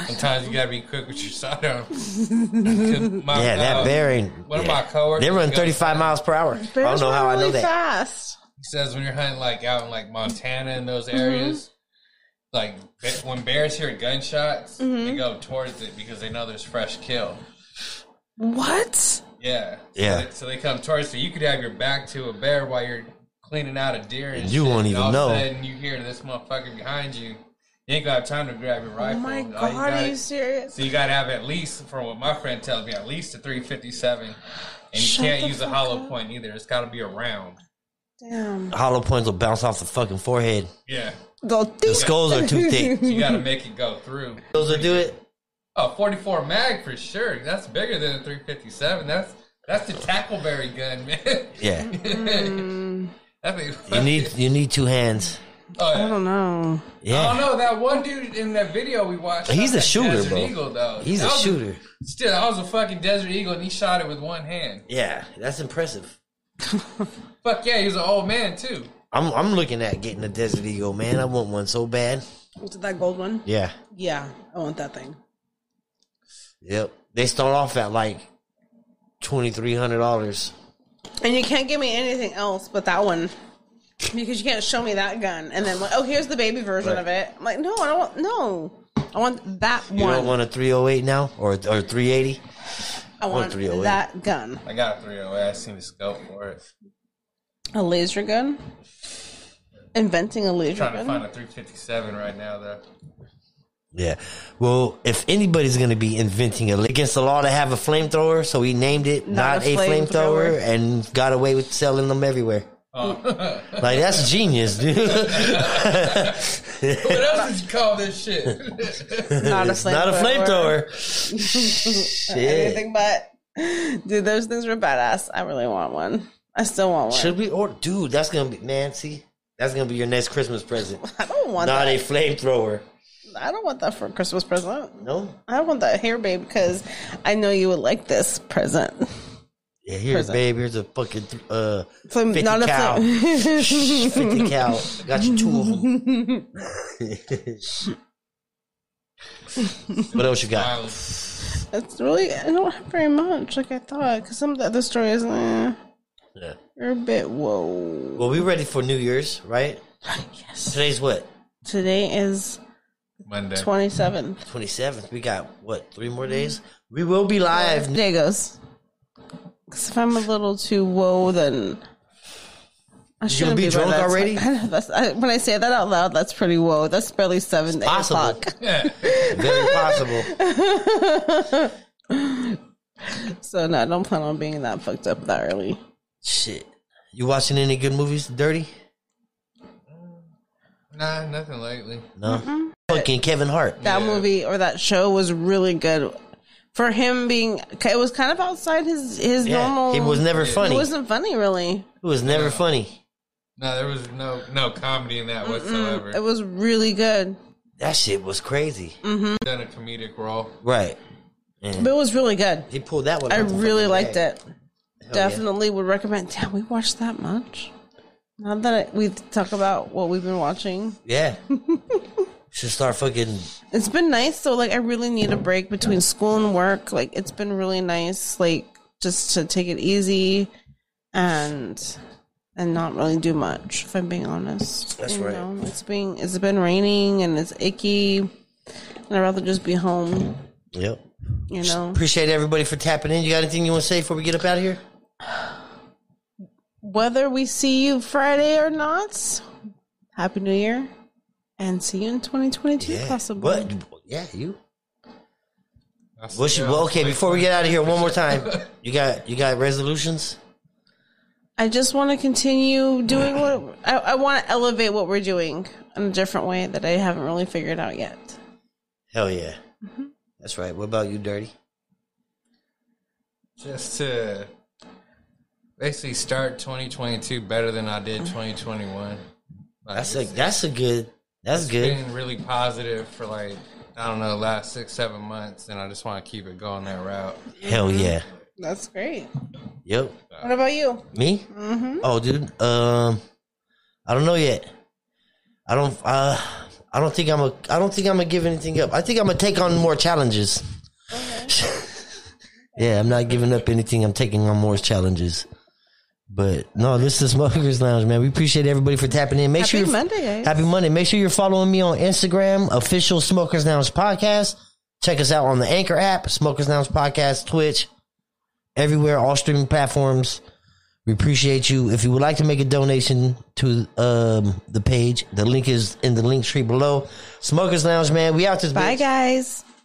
[SPEAKER 3] Sometimes you gotta be quick with your sidearm. 'Cause my-
[SPEAKER 1] yeah, that
[SPEAKER 3] uh,
[SPEAKER 1] bear ain't.
[SPEAKER 3] One of
[SPEAKER 1] yeah.
[SPEAKER 3] my coworkers
[SPEAKER 1] They run
[SPEAKER 3] goes-
[SPEAKER 1] 35 miles per hour. I don't
[SPEAKER 2] bears
[SPEAKER 1] know
[SPEAKER 2] run
[SPEAKER 1] how I know
[SPEAKER 2] really
[SPEAKER 1] that.
[SPEAKER 2] fast
[SPEAKER 3] He says when you're hunting like out in like Montana and those areas,
[SPEAKER 1] Mm-hmm.
[SPEAKER 3] like be- when bears hear gunshots, they go towards it because they know there's fresh kill.
[SPEAKER 2] what
[SPEAKER 3] Yeah, So
[SPEAKER 1] Yeah.
[SPEAKER 3] they- So, they come towards you. You could have your back to a bear while you're cleaning out a deer, and
[SPEAKER 1] You
[SPEAKER 3] shit,
[SPEAKER 1] won't
[SPEAKER 3] and
[SPEAKER 1] even
[SPEAKER 3] all
[SPEAKER 1] know.
[SPEAKER 3] Of a sudden, you hear this motherfucker behind you. You ain't gonna have time to grab your
[SPEAKER 2] oh
[SPEAKER 3] rifle.
[SPEAKER 2] my
[SPEAKER 3] All you
[SPEAKER 2] god are
[SPEAKER 3] gotta-
[SPEAKER 2] you serious
[SPEAKER 3] So you gotta have at least, from what my friend tells me, at least a 357, and you
[SPEAKER 2] Shut
[SPEAKER 3] can't
[SPEAKER 2] the
[SPEAKER 3] use a
[SPEAKER 2] fuck
[SPEAKER 3] hollow
[SPEAKER 2] up.
[SPEAKER 3] point either. It's gotta be a round.
[SPEAKER 2] Damn.
[SPEAKER 1] Hollow points will bounce off the fucking forehead.
[SPEAKER 3] Yeah.
[SPEAKER 1] The skulls are too thick.
[SPEAKER 3] So you gotta make it go through.
[SPEAKER 1] Those will do it.
[SPEAKER 3] Oh, 44 mag for sure. That's bigger than a 357. That's that's the tackleberry gun, man.
[SPEAKER 1] Yeah,
[SPEAKER 2] Mm.
[SPEAKER 3] that thing,
[SPEAKER 1] you need you need two hands.
[SPEAKER 3] Oh, yeah.
[SPEAKER 2] I don't know.
[SPEAKER 3] I don't
[SPEAKER 1] Yeah,
[SPEAKER 3] know Oh, that one dude in that video we watched.
[SPEAKER 1] He's
[SPEAKER 3] shot
[SPEAKER 1] a
[SPEAKER 3] that
[SPEAKER 1] shooter,
[SPEAKER 3] Desert
[SPEAKER 1] bro.
[SPEAKER 3] Eagle, though.
[SPEAKER 1] he's a
[SPEAKER 3] That was
[SPEAKER 1] shooter.
[SPEAKER 3] Still, I was a fucking Desert Eagle, and he shot it with one hand.
[SPEAKER 1] Yeah, that's impressive.
[SPEAKER 3] Fuck yeah, he was an old man too.
[SPEAKER 1] I'm I'm looking at getting a Desert Eagle, man. I want one so bad.
[SPEAKER 2] Was it that gold one?
[SPEAKER 1] Yeah,
[SPEAKER 2] Yeah, I want that thing.
[SPEAKER 1] yep. They start off at like twenty three hundred dollars.
[SPEAKER 2] And you can't give me anything else but that one. Because you can't show me that gun. And then, like, oh, here's the baby version
[SPEAKER 1] Right.
[SPEAKER 2] of it. I'm like, no, I don't want, no. I want that
[SPEAKER 1] You
[SPEAKER 2] one.
[SPEAKER 1] don't want a three hundred eight now or or three eighty.
[SPEAKER 2] I want
[SPEAKER 1] 308.
[SPEAKER 2] that gun.
[SPEAKER 3] I got a 308. I seen the scope for it.
[SPEAKER 2] A laser gun? Inventing a laser
[SPEAKER 3] Trying to
[SPEAKER 2] gun?
[SPEAKER 3] find a 357 right now, though.
[SPEAKER 1] Yeah. Well, if anybody's going to be inventing a against the law to have a flamethrower, so he named it not,
[SPEAKER 2] Not
[SPEAKER 1] a
[SPEAKER 2] a
[SPEAKER 1] flamethrower
[SPEAKER 2] flamethrower. Oh.
[SPEAKER 1] and got away with selling them everywhere. like that's genius, dude.
[SPEAKER 3] What else did you call this shit?
[SPEAKER 2] not a
[SPEAKER 1] it's not a flamethrower. Shit.
[SPEAKER 2] Anything but. Dude, those things were badass. I really want one. I still want one.
[SPEAKER 1] Should we order, dude? That's gonna be man. See, that's gonna be your next Christmas present.
[SPEAKER 2] I don't want
[SPEAKER 1] Not
[SPEAKER 2] that.
[SPEAKER 1] a flamethrower.
[SPEAKER 2] I don't want that for a Christmas present.
[SPEAKER 1] No.
[SPEAKER 2] I want that hair, babe, because I know you would like this present.
[SPEAKER 1] Yeah, here,
[SPEAKER 2] Present.
[SPEAKER 1] babe. Here's a fucking uh,
[SPEAKER 2] So
[SPEAKER 1] fifty
[SPEAKER 2] not a
[SPEAKER 1] cal.
[SPEAKER 2] flam-
[SPEAKER 1] fifty cal. Got you two of them. what else you got?
[SPEAKER 3] Um,
[SPEAKER 2] It's really I don't have very much, like I thought, because some of the other stories eh,
[SPEAKER 1] Yeah.
[SPEAKER 2] are a bit whoa.
[SPEAKER 1] Well, we ready for New Year's, right? Yes. Today's what?
[SPEAKER 2] Today is
[SPEAKER 3] Monday.
[SPEAKER 2] twenty seventh.
[SPEAKER 1] 27th. We got what? Three more days? We will be live.
[SPEAKER 2] Today goes. Because if I'm a little too whoa, then I shouldn't
[SPEAKER 1] be
[SPEAKER 2] by
[SPEAKER 1] drunk
[SPEAKER 2] that time.
[SPEAKER 1] already?
[SPEAKER 2] I know, that's, I, when I say that out loud, that's pretty whoa. That's barely seven. eight
[SPEAKER 1] Possible.
[SPEAKER 2] o'clock.
[SPEAKER 1] Very possible.
[SPEAKER 2] So no, I don't plan on being that fucked up that early.
[SPEAKER 1] Shit. You watching any good movies? Dirty?
[SPEAKER 3] Nah, nothing lately.
[SPEAKER 1] No. Fucking Kevin Hart.
[SPEAKER 2] that movie or that show was really good for him being it was kind of outside his his
[SPEAKER 1] Yeah.
[SPEAKER 2] normal
[SPEAKER 1] He was never funny.
[SPEAKER 2] it wasn't funny really
[SPEAKER 1] He was never funny.
[SPEAKER 3] No, there was no no comedy in that whatsoever.
[SPEAKER 2] it was really good
[SPEAKER 1] That shit was crazy.
[SPEAKER 2] Mm.
[SPEAKER 3] Done a comedic role.
[SPEAKER 1] Right.
[SPEAKER 2] but it was really good
[SPEAKER 1] He pulled that one.
[SPEAKER 2] i
[SPEAKER 1] out the
[SPEAKER 2] really
[SPEAKER 1] fucking
[SPEAKER 2] liked
[SPEAKER 1] bag.
[SPEAKER 2] it definitely would recommend damn we watched that much now that I, we talk about what we've been watching
[SPEAKER 1] Yeah. Should start fucking.
[SPEAKER 2] it's been nice though like i really need a break between school and work like it's been really nice like just to take it easy and and not really do much if i'm being honest
[SPEAKER 1] That's
[SPEAKER 2] You
[SPEAKER 1] right.
[SPEAKER 2] know, it's being it's been raining and it's icky and i'd rather just be home
[SPEAKER 1] Yep.
[SPEAKER 2] you know
[SPEAKER 1] Appreciate everybody for tapping in. You got anything you want to say before we get up out of here?
[SPEAKER 2] whether we see you friday or not happy new year and see you in 2022
[SPEAKER 1] Yeah.
[SPEAKER 2] possibly
[SPEAKER 1] What? Yeah, you. Well, she, well, okay. Before we get out of here, one more time, you got you got resolutions.
[SPEAKER 2] I just want to continue doing what I, I want to elevate what we're doing in a different way that I haven't really figured out yet.
[SPEAKER 1] Hell yeah,
[SPEAKER 2] Mm-hmm.
[SPEAKER 1] that's right. What about you, Dirty?
[SPEAKER 3] Just to basically start 2022 better than I did 2021. Like,
[SPEAKER 1] That's a
[SPEAKER 3] it's-
[SPEAKER 1] that's a good that's
[SPEAKER 3] it's
[SPEAKER 1] good.
[SPEAKER 3] Been really positive for like I don't know the last six seven months, and I just want to keep it going that route.
[SPEAKER 1] Hell
[SPEAKER 2] Mm-hmm.
[SPEAKER 1] yeah.
[SPEAKER 2] That's great.
[SPEAKER 1] Yep.
[SPEAKER 2] What about you?
[SPEAKER 1] Me?
[SPEAKER 2] Mm-hmm.
[SPEAKER 1] Oh, dude. Um, I don't know yet. I don't. Uh, I don't think I'm a. I don't think I'm gonna give anything up. I think I'm gonna take on more challenges. yeah, I'm not giving up anything. I'm taking on more challenges. But no, this is Smokers Lounge, man. We appreciate everybody for tapping in. Make
[SPEAKER 2] Happy
[SPEAKER 1] sure you're-
[SPEAKER 2] Monday, guys.
[SPEAKER 1] Happy Monday. Make sure you're following me on Instagram, official Smokers Lounge Podcast. Check us out on the Anchor app, Smokers Lounge Podcast, Twitch, everywhere, all streaming platforms. We appreciate you. If you would like to make a donation to um, the page, the link is in the link tree below. Smokers Lounge, man. We out this
[SPEAKER 2] Bye,
[SPEAKER 1] bitch.
[SPEAKER 2] guys.